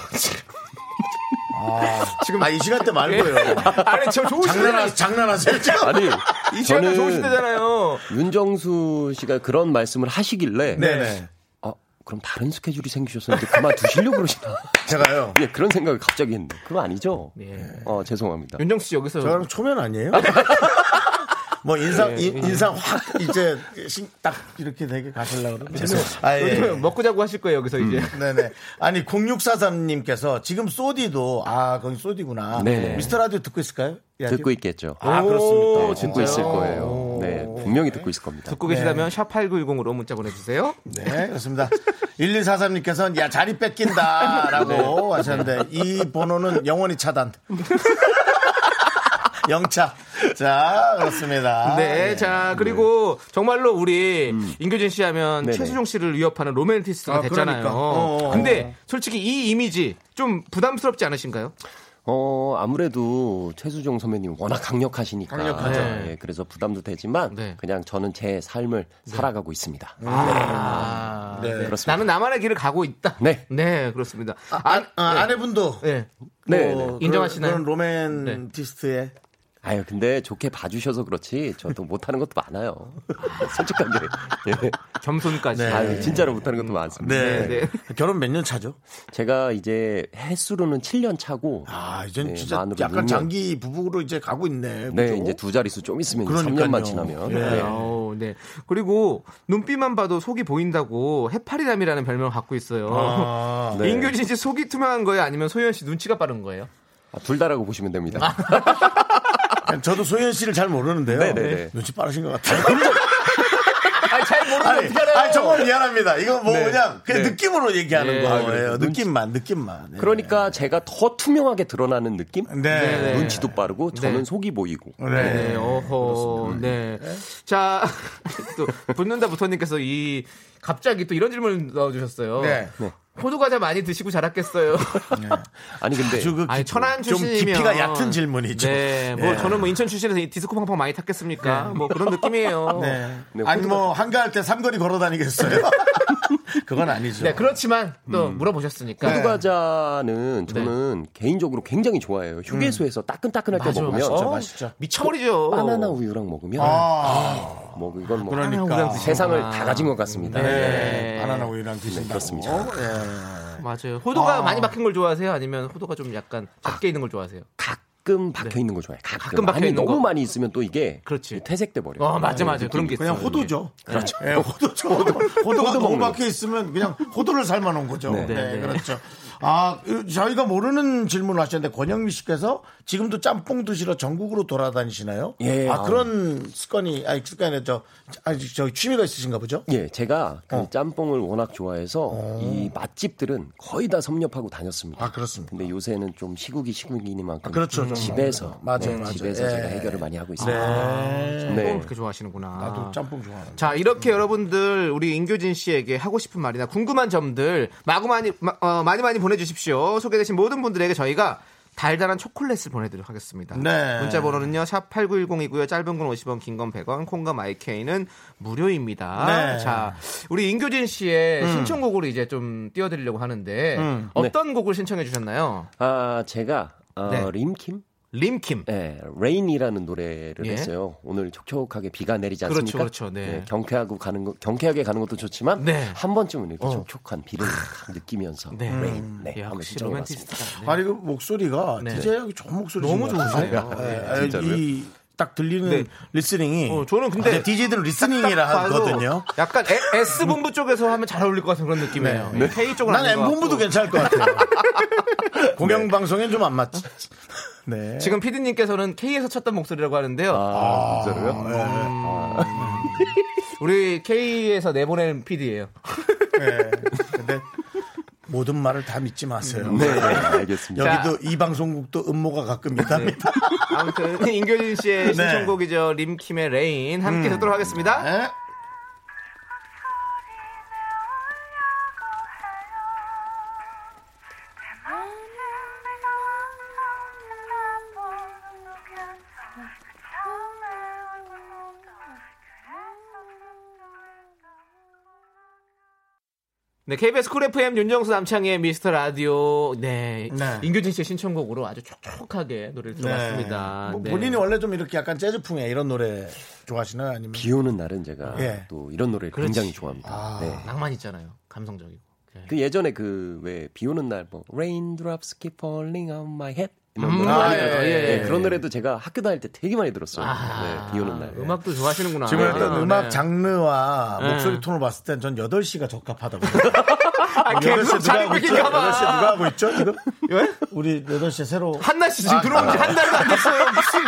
Speaker 1: 지금 아, 이 시간대 말고요.
Speaker 2: 아니 저 좋으시잖아요.
Speaker 1: 장난하, 장난하세요 지금?
Speaker 6: 네. 아니
Speaker 2: 이 시간에
Speaker 6: 저는
Speaker 2: 좋으시대잖아요.
Speaker 6: 윤정수 씨가 그런 말씀을 하시길래
Speaker 1: 네네.
Speaker 6: 아 그럼 다른 스케줄이 생기셨었는데 그만 두시려고 그러시나?
Speaker 1: 제가요.
Speaker 6: 예, 그런 생각을 갑자기 했는데 그거 아니죠?
Speaker 2: 예.
Speaker 6: 어 죄송합니다.
Speaker 2: 윤정수 씨 여기서
Speaker 1: 저랑 초면 아니에요? 뭐 인상 인, 인상 확 이제 신- 딱 이렇게 되게 가실라 그러면 아, 예. 음.
Speaker 2: 요즘에 뭐- 먹고 자고 하실 거예요. 여기서 이제.
Speaker 1: 네네. 아니 0643님께서 지금 소디도 아 거기 소디구나.
Speaker 6: 네네.
Speaker 1: 미스터 라디오 듣고 있을까요? 이 라디오?
Speaker 6: 듣고 있겠죠.
Speaker 1: 아 그렇습니까?
Speaker 2: 오,
Speaker 6: 네, 듣고
Speaker 2: 진짜요?
Speaker 6: 있을 거예요. 네, 분명히 듣고 있을 겁니다.
Speaker 2: 듣고 계시다면 샵 8910으로 문자 보내주세요.
Speaker 1: 네 그렇습니다. 1143님께서는 야 자리 뺏긴다라고
Speaker 2: 네.
Speaker 1: 하셨는데 이 번호는 영원히 차단. 영차. 자, 그렇습니다. 예.
Speaker 2: 네,
Speaker 1: 음.
Speaker 2: 자 그리고 정말로 우리 인교진 씨 하면
Speaker 6: 네네.
Speaker 2: 최수종 씨를 위협하는 로맨티스트가
Speaker 1: 아,
Speaker 2: 됐잖아요.
Speaker 1: 그러니까. 어, 어.
Speaker 2: 근데 솔직히 이 이미지 좀 부담스럽지 않으신가요?
Speaker 6: 어, 아무래도 최수종 선배님 워낙 강력하시니까.
Speaker 1: 강력하죠. 네.
Speaker 6: 예, 그래서 부담도 되지만
Speaker 2: 네.
Speaker 6: 그냥 저는 제 삶을 살아가고 있습니다.
Speaker 2: 아,
Speaker 1: 음. 네.
Speaker 6: 네, 그렇습니다.
Speaker 2: 나는 나만의 길을 가고 있다.
Speaker 6: 네.
Speaker 2: 그렇습니다.
Speaker 1: 아,
Speaker 2: 아,
Speaker 1: 아, 아, 아내분도
Speaker 2: 네.
Speaker 6: 네,
Speaker 1: 뭐
Speaker 6: 네.
Speaker 1: 그런-
Speaker 2: 인정하시나요?
Speaker 1: 그런 로맨티스트의
Speaker 6: 아유, 근데 좋게 봐주셔서 그렇지 저도 못하는 것도 많아요. 솔직하게. 예.
Speaker 2: 겸손까지.
Speaker 1: 네.
Speaker 6: 아유, 진짜로 못하는 것도 많습니다.
Speaker 1: 네.
Speaker 2: 네,
Speaker 1: 결혼 몇 년 차죠?
Speaker 6: 제가 이제 횟수로는 7년 차고.
Speaker 1: 아, 이젠
Speaker 6: 네,
Speaker 1: 진짜
Speaker 6: 만으로
Speaker 1: 약간
Speaker 6: 육 년.
Speaker 1: 장기 부부로 이제 가고 있네.
Speaker 6: 네,
Speaker 1: 그죠?
Speaker 6: 이제 두 자릿수 좀 있으면 이제
Speaker 1: 그러니까요.
Speaker 6: 3년만 지나면.
Speaker 1: 예.
Speaker 6: 네.
Speaker 2: 아우, 네. 그리고 눈빛만 봐도 속이 보인다고 해파리남이라는 별명을 갖고 있어요.
Speaker 1: 아,
Speaker 6: 네.
Speaker 2: 인교진 씨 속이 투명한 거예요? 아니면 소연 씨 눈치가 빠른 거예요?
Speaker 6: 아, 둘 다라고 보시면 됩니다.
Speaker 1: 저도 소연 씨를 잘 모르는데요.
Speaker 6: 네, 네, 네.
Speaker 1: 눈치 빠르신 것 같아요.
Speaker 2: 아니, 잘 모르는
Speaker 1: 아니,
Speaker 2: 어떻게 알아요?
Speaker 1: 아니, 정말 미안합니다. 이거 뭐
Speaker 2: 네.
Speaker 1: 그냥 그냥
Speaker 2: 네.
Speaker 1: 느낌으로 얘기하는
Speaker 2: 예,
Speaker 1: 거예요. 느낌만, 느낌만. 네.
Speaker 6: 그러니까 제가 더 투명하게 드러나는 느낌?
Speaker 1: 네.
Speaker 2: 네.
Speaker 6: 눈치도 빠르고 저는
Speaker 2: 네.
Speaker 6: 속이 보이고.
Speaker 1: 네.
Speaker 2: 네, 어허, 네. 자, 또, 붙는다 부터님께서 이, 갑자기 또 이런 질문을 넣어주셨어요.
Speaker 1: 네.
Speaker 2: 호두과자 많이 드시고 자랐겠어요.
Speaker 6: 아니 근데
Speaker 1: 아주 그
Speaker 2: 네. 아니,
Speaker 1: 깊-
Speaker 2: 천안
Speaker 1: 좀
Speaker 2: 출신이면.
Speaker 1: 깊이가 얕은 질문이죠.
Speaker 2: 네, 뭐
Speaker 1: 예.
Speaker 2: 저는 뭐 인천 출신에서 이 디스코 팡팡 많이 탔겠습니까? 뭐 그런 느낌이에요.
Speaker 1: 네.
Speaker 6: 네,
Speaker 1: 아니 뭐 한가할 때 삼거리 걸어 다니겠어요? 그건 아니죠.
Speaker 2: 네, 그렇지만 또
Speaker 1: 음.
Speaker 2: 물어보셨으니까.
Speaker 1: 네.
Speaker 6: 호두과자는
Speaker 2: 네.
Speaker 6: 저는 개인적으로 굉장히 좋아해요. 휴게소에서 따끈따끈할 때
Speaker 2: 음. 맞아, 어. 아.
Speaker 6: 먹으면
Speaker 2: 맛있죠,
Speaker 6: 어,
Speaker 1: 맛있죠. 아,
Speaker 2: 미쳐버리죠.
Speaker 6: 바나나 우유랑 먹으면 뭐 이건 뭐
Speaker 1: 그러니까
Speaker 6: 세상을 다 가진 것 같습니다.
Speaker 2: 아. 네.
Speaker 1: 바나나 우유랑 드신다고.
Speaker 6: 그렇습니다.
Speaker 1: 예.
Speaker 2: 맞아요. 호두가 많이 박힌 걸 좋아하세요? 아니면 호두가 좀 약간 작게 있는 걸 좋아하세요?
Speaker 6: 가끔 박혀 있는 거 좋아해요. 가끔,
Speaker 2: 네. 가끔 박혀
Speaker 6: 아니,
Speaker 2: 있는
Speaker 6: 너무
Speaker 2: 거.
Speaker 6: 많이 있으면 또 이게
Speaker 2: 그렇지.
Speaker 6: 퇴색돼 버려.
Speaker 2: 어, 맞아, 맞아. 그런 게 있어요.
Speaker 1: 네, 그냥 호두죠. 그렇죠. 예, 호두죠. 호두, 호두가 너무
Speaker 6: 먹는 거.
Speaker 1: 박혀 있으면 그냥 호두를 삶아 놓은 거죠. 네,
Speaker 6: 네.
Speaker 2: 네, 네.
Speaker 1: 그렇죠. 아, 그, 저희가 모르는 질문을 하셨는데 권영미 씨께서 지금도 짬뽕 드시러 전국으로 돌아다니시나요?
Speaker 6: 예,
Speaker 1: 아,
Speaker 6: 아.
Speaker 1: 그런 습관이 아니 습관이 저 아니 저 취미가 있으신가 보죠?
Speaker 6: 예, 제가
Speaker 2: 어.
Speaker 6: 그 짬뽕을 워낙 좋아해서 이 맛집들은 거의 다 섭렵하고 다녔습니다.
Speaker 1: 아, 그렇습니다.
Speaker 6: 근데 요새는 좀 시국이 시국이니만큼
Speaker 1: 아, 그렇죠. 좀.
Speaker 6: 집에서
Speaker 1: 맞아요,
Speaker 6: 네,
Speaker 1: 맞아요.
Speaker 6: 집에서
Speaker 1: 예.
Speaker 6: 제가 해결을 많이 하고 있습니다.
Speaker 2: 아, 짬뽕을
Speaker 6: 네.
Speaker 2: 그렇게 좋아하시는구나.
Speaker 1: 나도 짬뽕 좋아하는데.
Speaker 2: 자, 이렇게 여러분들 우리 인교진 씨에게 하고 싶은 말이나 궁금한 점들 마구 많이 마- 어, 많이 많이 보내주십시오. 소개되신 모든 분들에게 저희가 달달한 초콜릿을 보내드리도록 하겠습니다.
Speaker 1: 네.
Speaker 2: 문자 번호는요. 샵 8910이고요. 짧은 건 50원, 긴 건 100원, 콩과 마이케이는 무료입니다.
Speaker 1: 네.
Speaker 2: 자, 우리 인교진
Speaker 6: 음.
Speaker 2: 씨의 신청곡으로 이제 좀 띄워드리려고 하는데
Speaker 6: 네.
Speaker 2: 어떤 곡을 신청해 주셨나요?
Speaker 6: 아, 제가 어,
Speaker 2: 네.
Speaker 6: 림킴?
Speaker 2: 림킴.
Speaker 6: 네, 레인이라는 노래를
Speaker 2: 예.
Speaker 6: 했어요. 오늘 촉촉하게 비가 내리지
Speaker 2: 그렇죠,
Speaker 6: 않습니까?
Speaker 2: 그렇죠, 네.
Speaker 6: 경쾌하고 가는 거, 경쾌하게 가는 것도 좋지만
Speaker 2: 네.
Speaker 6: 한 번쯤은 이렇게 촉촉한 비를 딱 느끼면서
Speaker 2: 네.
Speaker 6: 레인, 네, 한번
Speaker 2: 역시
Speaker 6: 신청해 봤습니다.
Speaker 2: 로맨티스트다. 네.
Speaker 1: 아니 그 목소리가
Speaker 2: 네.
Speaker 1: 디제이 좋은 목소리
Speaker 2: 너무 좋으세요. 네,
Speaker 1: 이딱 들리는
Speaker 2: 네.
Speaker 1: 리스닝이
Speaker 2: 어, 저는 근데
Speaker 1: DJ들은 리스닝이라
Speaker 2: 딱 봐도
Speaker 1: 하거든요.
Speaker 2: 약간 에- S 본부 쪽에서 하면 잘 어울릴 것 같은 그런 느낌이에요. 예, K 쪽은
Speaker 1: 난
Speaker 2: 아닌 것
Speaker 1: 네. M본부도
Speaker 2: 같고.
Speaker 1: 괜찮을 것 같아요. 공영방송엔 좀 안 맞지. 네.
Speaker 2: 지금 피디님께서는 K에서 쳤던 목소리라고 하는데요.
Speaker 6: 아, 진짜로요?
Speaker 2: 우리 K에서 내보낸 피디예요.
Speaker 1: 네. 근데 모든 말을 다 믿지 마세요.
Speaker 6: 네, 알겠습니다.
Speaker 1: 여기도 이 방송국도 음모가 가끔 있답니다.
Speaker 2: 아무튼 임교진 씨의 신청곡이죠. 림킴의 레인 함께 듣도록 하겠습니다.
Speaker 1: 네.
Speaker 2: 네, KBS 쿨 FM 윤정수 남창의 미스터 라디오. 네.
Speaker 1: 네.
Speaker 2: 임교진 씨의 신청곡으로 아주 촉촉하게 노래를 들어봤습니다.
Speaker 1: 뭐
Speaker 2: 네.
Speaker 1: 본인이 원래 좀 이렇게 약간 재즈풍의 이런 노래 좋아하시나요? 아니면
Speaker 6: 비 오는 날은 제가
Speaker 1: 예.
Speaker 6: 또 이런 노래를
Speaker 2: 그렇지.
Speaker 6: 굉장히 좋아합니다. 네.
Speaker 2: 낭만 있잖아요. 감성적이고. 네.
Speaker 6: 그 예전에 그 왜 비 오는 날 뭐 Raindrops keep falling on my head 이런
Speaker 2: 음,
Speaker 6: 노래
Speaker 2: 아,
Speaker 6: 많이
Speaker 2: 예,
Speaker 6: 들었어요.
Speaker 2: 예, 예.
Speaker 6: 네, 그런 노래도 제가 학교 다닐 때 되게 많이 들었어요.
Speaker 2: 아,
Speaker 6: 네, 비 오는 날.
Speaker 2: 음악도 좋아하시는구나.
Speaker 1: 지금 일단
Speaker 2: 아,
Speaker 1: 음악
Speaker 2: 네.
Speaker 1: 장르와
Speaker 2: 네.
Speaker 1: 목소리 톤을 봤을 땐 전 8시가 적합하다고. 생각해요.
Speaker 2: 아, 계속
Speaker 1: 8시에 누가 하고
Speaker 2: 자리
Speaker 1: 있죠?
Speaker 2: 뺏긴가
Speaker 1: 8시에
Speaker 2: 봐.
Speaker 1: 누가 하고 있죠? 지금? 우리 8시에 새로.
Speaker 2: 한나 씨 지금 들어온 지 한 달도 안 됐어요. 아. 무슨.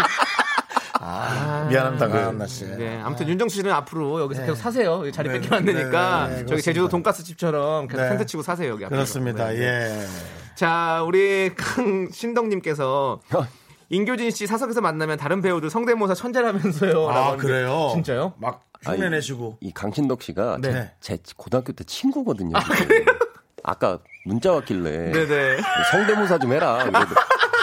Speaker 1: 미안합니다, 그 한나 씨.
Speaker 2: 네, 아무튼 윤정수 씨는 앞으로 여기서 계속 사세요. 여기 자리 뺏기면 안 되니까.
Speaker 1: 네, 네, 네,
Speaker 2: 저기 제주도
Speaker 1: 그렇습니다.
Speaker 2: 돈가스 집처럼 계속
Speaker 1: 네. 예.
Speaker 2: 텐트 치고 사세요. 네. 여기 앞에서.
Speaker 1: 그렇습니다.
Speaker 2: 네.
Speaker 1: 예.
Speaker 2: 자, 우리 강신덕님께서 인교진 씨 사석에서 만나면 다른 배우들 성대모사 천재라면서요. 라고
Speaker 1: 아
Speaker 2: 하는데.
Speaker 1: 그래요?
Speaker 2: 진짜요?
Speaker 1: 막
Speaker 6: 아니,
Speaker 1: 흉내내시고
Speaker 6: 이 강신덕 씨가
Speaker 2: 네. 아,
Speaker 6: 제, 제 고등학교 때 친구거든요. 그 아까 문자 왔길래 뭐
Speaker 2: 네네.
Speaker 6: 성대모사 좀 해라. 이러고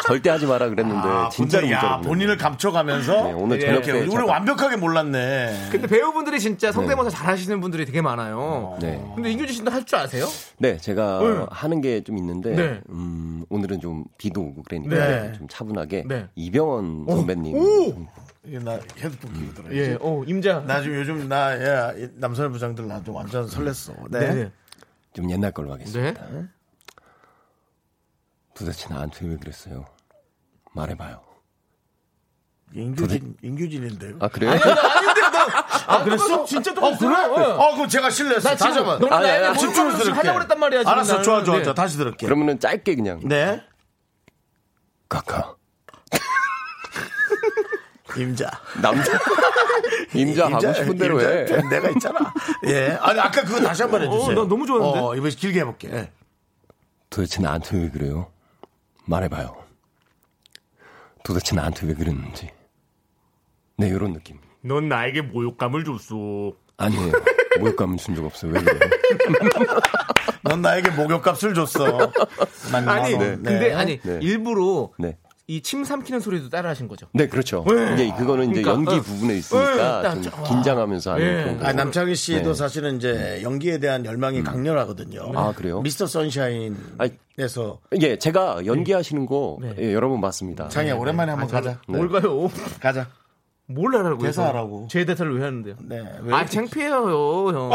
Speaker 6: 절대 하지 마라 그랬는데
Speaker 1: 아,
Speaker 6: 진짜로
Speaker 1: 근데 야,
Speaker 6: 문자로 보내요.
Speaker 1: 본인을 감춰가면서
Speaker 6: 네, 오늘
Speaker 2: 예,
Speaker 6: 저녁
Speaker 1: 이렇게
Speaker 6: 때
Speaker 1: 우리
Speaker 6: 잠깐-
Speaker 1: 완벽하게 몰랐네. 어.
Speaker 2: 근데 배우분들이 진짜 성대모사 잘하시는 분들이 되게 많아요.
Speaker 6: 네.
Speaker 2: 근데 인교진 씨도 할 줄 아세요?
Speaker 6: 네, 제가 하는 게 좀 있는데
Speaker 2: 음. 네.
Speaker 6: 음, 오늘은 좀 비도 오고 그러니까
Speaker 1: 네.
Speaker 6: 좀 차분하게
Speaker 2: 네. 이병헌
Speaker 6: 이병헌 선배님
Speaker 1: 이게 나 헤드폰 끼더라.
Speaker 2: 음. 예. 어 임자.
Speaker 1: 나 지금 요즘 나 예, 이 남성의 부장들 나도 완전 설렜어. 네.
Speaker 2: 네.
Speaker 6: 좀 옛날 걸로 하겠습니다.
Speaker 2: 네.
Speaker 6: 도대체 나한테 왜 그랬어요? 말해봐요.
Speaker 1: 인규진 인규진인데요.
Speaker 6: 아 그래요?
Speaker 2: 아 그랬어? 진짜
Speaker 1: 어 그래?
Speaker 2: 똑같아요. 예.
Speaker 1: 어 그럼 제가 실례했어.
Speaker 2: 나
Speaker 1: 다시
Speaker 2: 지금
Speaker 1: 한번.
Speaker 2: 너무
Speaker 6: 아니,
Speaker 2: 나에게
Speaker 6: 아니,
Speaker 2: 모욕감을
Speaker 1: 집중해서
Speaker 2: 지금
Speaker 1: 들을게.
Speaker 2: 하려고 그랬단 말이야. 지금
Speaker 1: 알았어,
Speaker 2: 나는.
Speaker 1: 좋아, 좋아,
Speaker 2: 네.
Speaker 1: 좋아. 다시 들을게.
Speaker 6: 그러면은 짧게 그냥
Speaker 1: 네,
Speaker 6: 까까
Speaker 1: 임자.
Speaker 6: 남자 임자 하고 싶은 대로 해.
Speaker 1: 임자, 내가 있잖아. 예. 아니 아까 그거 다시 한번 해주세요.
Speaker 2: 어, 나 너무 좋았는데?
Speaker 1: 어, 이번 길게 해볼게. 예.
Speaker 6: 도대체 나한테 왜 그래요? 말해봐요. 도대체 나한테 왜 그랬는지. 네 이런 느낌.
Speaker 2: 넌 나에게 모욕감을 줬어.
Speaker 6: 아니에요. 모욕감은 준 적 없어요. 왜 그래요?
Speaker 1: 넌 나에게 목욕값을 줬어. 만
Speaker 2: 아니
Speaker 1: 원.
Speaker 2: 근데 아니
Speaker 6: 네.
Speaker 2: 일부러
Speaker 6: 네.
Speaker 2: 이 침 삼키는 소리도 따라하신 거죠.
Speaker 6: 네, 그렇죠. 이제 그거는 이제
Speaker 2: 그러니까,
Speaker 6: 연기
Speaker 2: 어.
Speaker 6: 부분에 있으니까
Speaker 2: 어,
Speaker 6: 좀
Speaker 2: 와.
Speaker 6: 긴장하면서 하는
Speaker 2: 예.
Speaker 6: 그런 거.
Speaker 1: 아니, 남창희 씨도
Speaker 6: 네.
Speaker 1: 사실은 이제 연기에 대한 열망이
Speaker 2: 음.
Speaker 1: 강렬하거든요.
Speaker 6: 아, 그래요?
Speaker 1: 미스터
Speaker 6: 아니.
Speaker 1: 선샤인에서
Speaker 6: 예, 제가 연기하시는 거 예, 여러 번 봤습니다.
Speaker 1: 장희 야 오랜만에 한번 가자.
Speaker 6: 네.
Speaker 2: 뭘까요?
Speaker 1: 가자.
Speaker 2: 뭘 하라고
Speaker 1: 대사
Speaker 2: 해서.
Speaker 1: 하라고.
Speaker 2: 제 어, 대사를 왜 어. 하는데요?
Speaker 1: 네. 왜?
Speaker 2: 아 창피해요 형.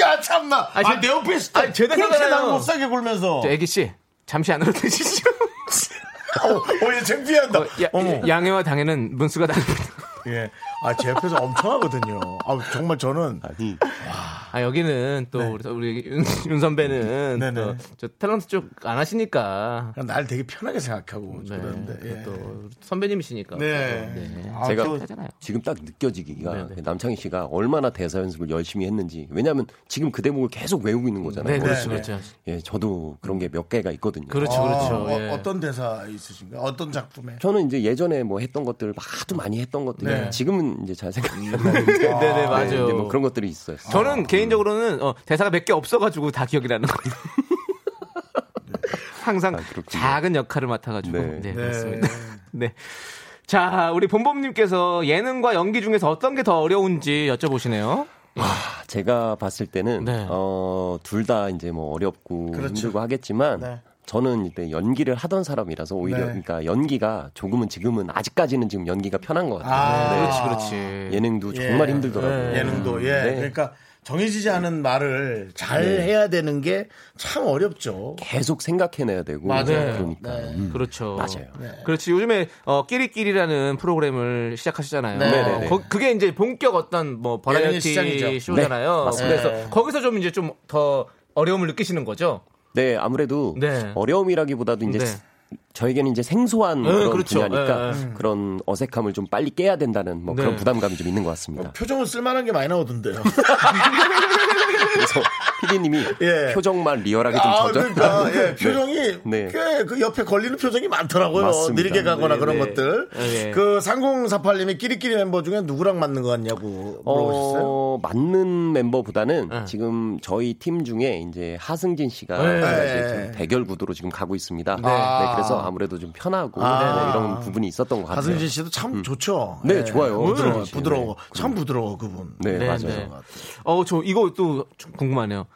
Speaker 1: 야 참나.
Speaker 2: 아니,
Speaker 1: 아,
Speaker 2: 제-
Speaker 1: 내 옆에 있을 때
Speaker 2: 아니, 제 대사잖아요.
Speaker 1: 그렇게 나를 못사게 굴면서.
Speaker 2: 저 애기 씨 잠시 안으로 드시죠.
Speaker 1: 어, 얘 창피한다.
Speaker 2: 야,
Speaker 1: 어머.
Speaker 2: 양해와 당해는 문수가 다릅니다.
Speaker 1: 예. 아, 제 옆에서 엄청 하거든요. 아, 정말 저는
Speaker 2: 아 여기는 또 우리, 우리 윤, 윤 선배는
Speaker 1: 네네.
Speaker 2: 또, 저 탤런트 쪽 안 하시니까
Speaker 1: 그냥 날 되게 편하게 생각하고
Speaker 2: 네,
Speaker 1: 그러는데. 예.
Speaker 2: 또 그렇죠. 우리 선배님이시니까
Speaker 1: 네. 아,
Speaker 6: 제가
Speaker 1: 또
Speaker 2: 하잖아요.
Speaker 6: 지금 딱 느껴지기가
Speaker 2: 네, 네.
Speaker 6: 남창희 씨가 얼마나 대사 연습을 열심히 했는지. 왜냐하면 지금 그 대목을 계속 외우고 있는 거잖아요.
Speaker 2: 네, 그렇죠,
Speaker 1: 네, 네.
Speaker 2: 그렇죠,
Speaker 6: 예, 저도 그런 게 몇 개가 있거든요.
Speaker 2: 그렇죠, 그렇죠.
Speaker 1: 어,
Speaker 2: 예.
Speaker 1: 어떤 대사 있으신가요? 어떤 작품에?
Speaker 6: 저는 이제 예전에 뭐 했던 것들 을 하도 많이 했던 것들이
Speaker 1: 네.
Speaker 6: 지금은 이제 잘 생각이 안 나는데
Speaker 2: 네네 맞아요. 예.
Speaker 6: 이제 뭐 그런 것들이 있어요.
Speaker 2: 음. 저는 개인적이로는 어, 대사가 몇 개 없어가지고 다 기억이 나는 거예요. 항상 작은 역할을 맡아가지고
Speaker 6: 아, 네.
Speaker 2: 네, 그렇습니다. 네. 자, 우리 본범님께서 예능과 연기 중에서 어떤 게 더 어려운지 여쭤보시네요.
Speaker 6: 아, 제가 봤을 때는
Speaker 2: 네.
Speaker 6: 어, 둘 다 이제 뭐 어렵고
Speaker 1: 그렇죠.
Speaker 6: 힘들고 하겠지만
Speaker 1: 네.
Speaker 6: 저는 일단 연기를 하던 사람이라서 오히려
Speaker 1: 네.
Speaker 6: 그러니까 연기가 조금은 지금은 아직까지는 지금 연기가 편한 것 같아요. 네.
Speaker 1: 아,
Speaker 2: 네, 그렇지, 그렇지.
Speaker 6: 예능도
Speaker 1: 예.
Speaker 6: 정말 힘들더라고요.
Speaker 1: 예능도 예.
Speaker 6: 네.
Speaker 1: 그러니까 정해지지 않은 말을 잘
Speaker 2: 네.
Speaker 1: 해야 되는 게 참 어렵죠.
Speaker 6: 계속 생각해내야 되고
Speaker 1: 맞아요.
Speaker 6: 그러니까
Speaker 1: 네.
Speaker 6: 음.
Speaker 2: 그렇죠.
Speaker 6: 맞아요.
Speaker 2: 그렇지. 요즘에 어, 끼리끼리라는 프로그램을 시작하시잖아요.
Speaker 1: 네.
Speaker 6: 네네네.
Speaker 2: 거- 그게 이제 본격 어떤 뭐
Speaker 1: 예능의 시작이죠.
Speaker 2: 버라이어티 쇼잖아요.
Speaker 6: 네, 맞습니다.
Speaker 2: 그래서
Speaker 1: 네.
Speaker 2: 거기서 좀 이제 좀 더 어려움을 느끼시는 거죠.
Speaker 6: 네, 아무래도
Speaker 2: 네.
Speaker 6: 어려움이라기보다도 이제
Speaker 2: 네.
Speaker 6: 스- 저에게는 이제 생소한
Speaker 2: 네,
Speaker 6: 그런
Speaker 2: 그렇죠.
Speaker 6: 분야니까
Speaker 2: 네,
Speaker 6: 그런 어색함을 좀 빨리 깨야 된다는 뭐 그런
Speaker 2: 네.
Speaker 6: 부담감이 좀 있는 것 같습니다.
Speaker 1: 표정은 쓸만한 게 많이 나오던데요.
Speaker 6: 그래서 PD님이
Speaker 1: 예.
Speaker 6: 표정만 리얼하게 좀
Speaker 1: 아,
Speaker 6: 젖어.
Speaker 1: 그러니까 예, 표정이
Speaker 6: 네.
Speaker 1: 꽤 그 옆에 걸리는 표정이 많더라고요.
Speaker 6: 맞습니다.
Speaker 1: 느리게 가거나
Speaker 2: 네,
Speaker 1: 그런
Speaker 2: 네.
Speaker 1: 것들.
Speaker 2: 네.
Speaker 1: 그 3048님이 끼리끼리 멤버 중에 누구랑 맞는 것 같냐고 물어보셨어요.
Speaker 6: 어, 맞는 멤버보다는
Speaker 2: 네.
Speaker 6: 지금 저희 팀 중에 이제 하승진 씨가
Speaker 2: 네.
Speaker 6: 이제 지금 대결 구도로 지금 가고 있습니다. 네. 그래서 아무래도 좀 편하고
Speaker 1: 아.
Speaker 6: 네, 이런 부분이 있었던 것 같아요.
Speaker 1: 하승진 씨도 참 좋죠.
Speaker 6: 네,
Speaker 1: 예,
Speaker 6: 좋아요.
Speaker 1: 부드러워,
Speaker 6: 하승진 씨.
Speaker 1: 부드러워. 참 부드러워 그분.
Speaker 6: 네,
Speaker 2: 네,
Speaker 6: 맞아요.
Speaker 2: 네. 어, 저 이거 또 좀 궁금하네요.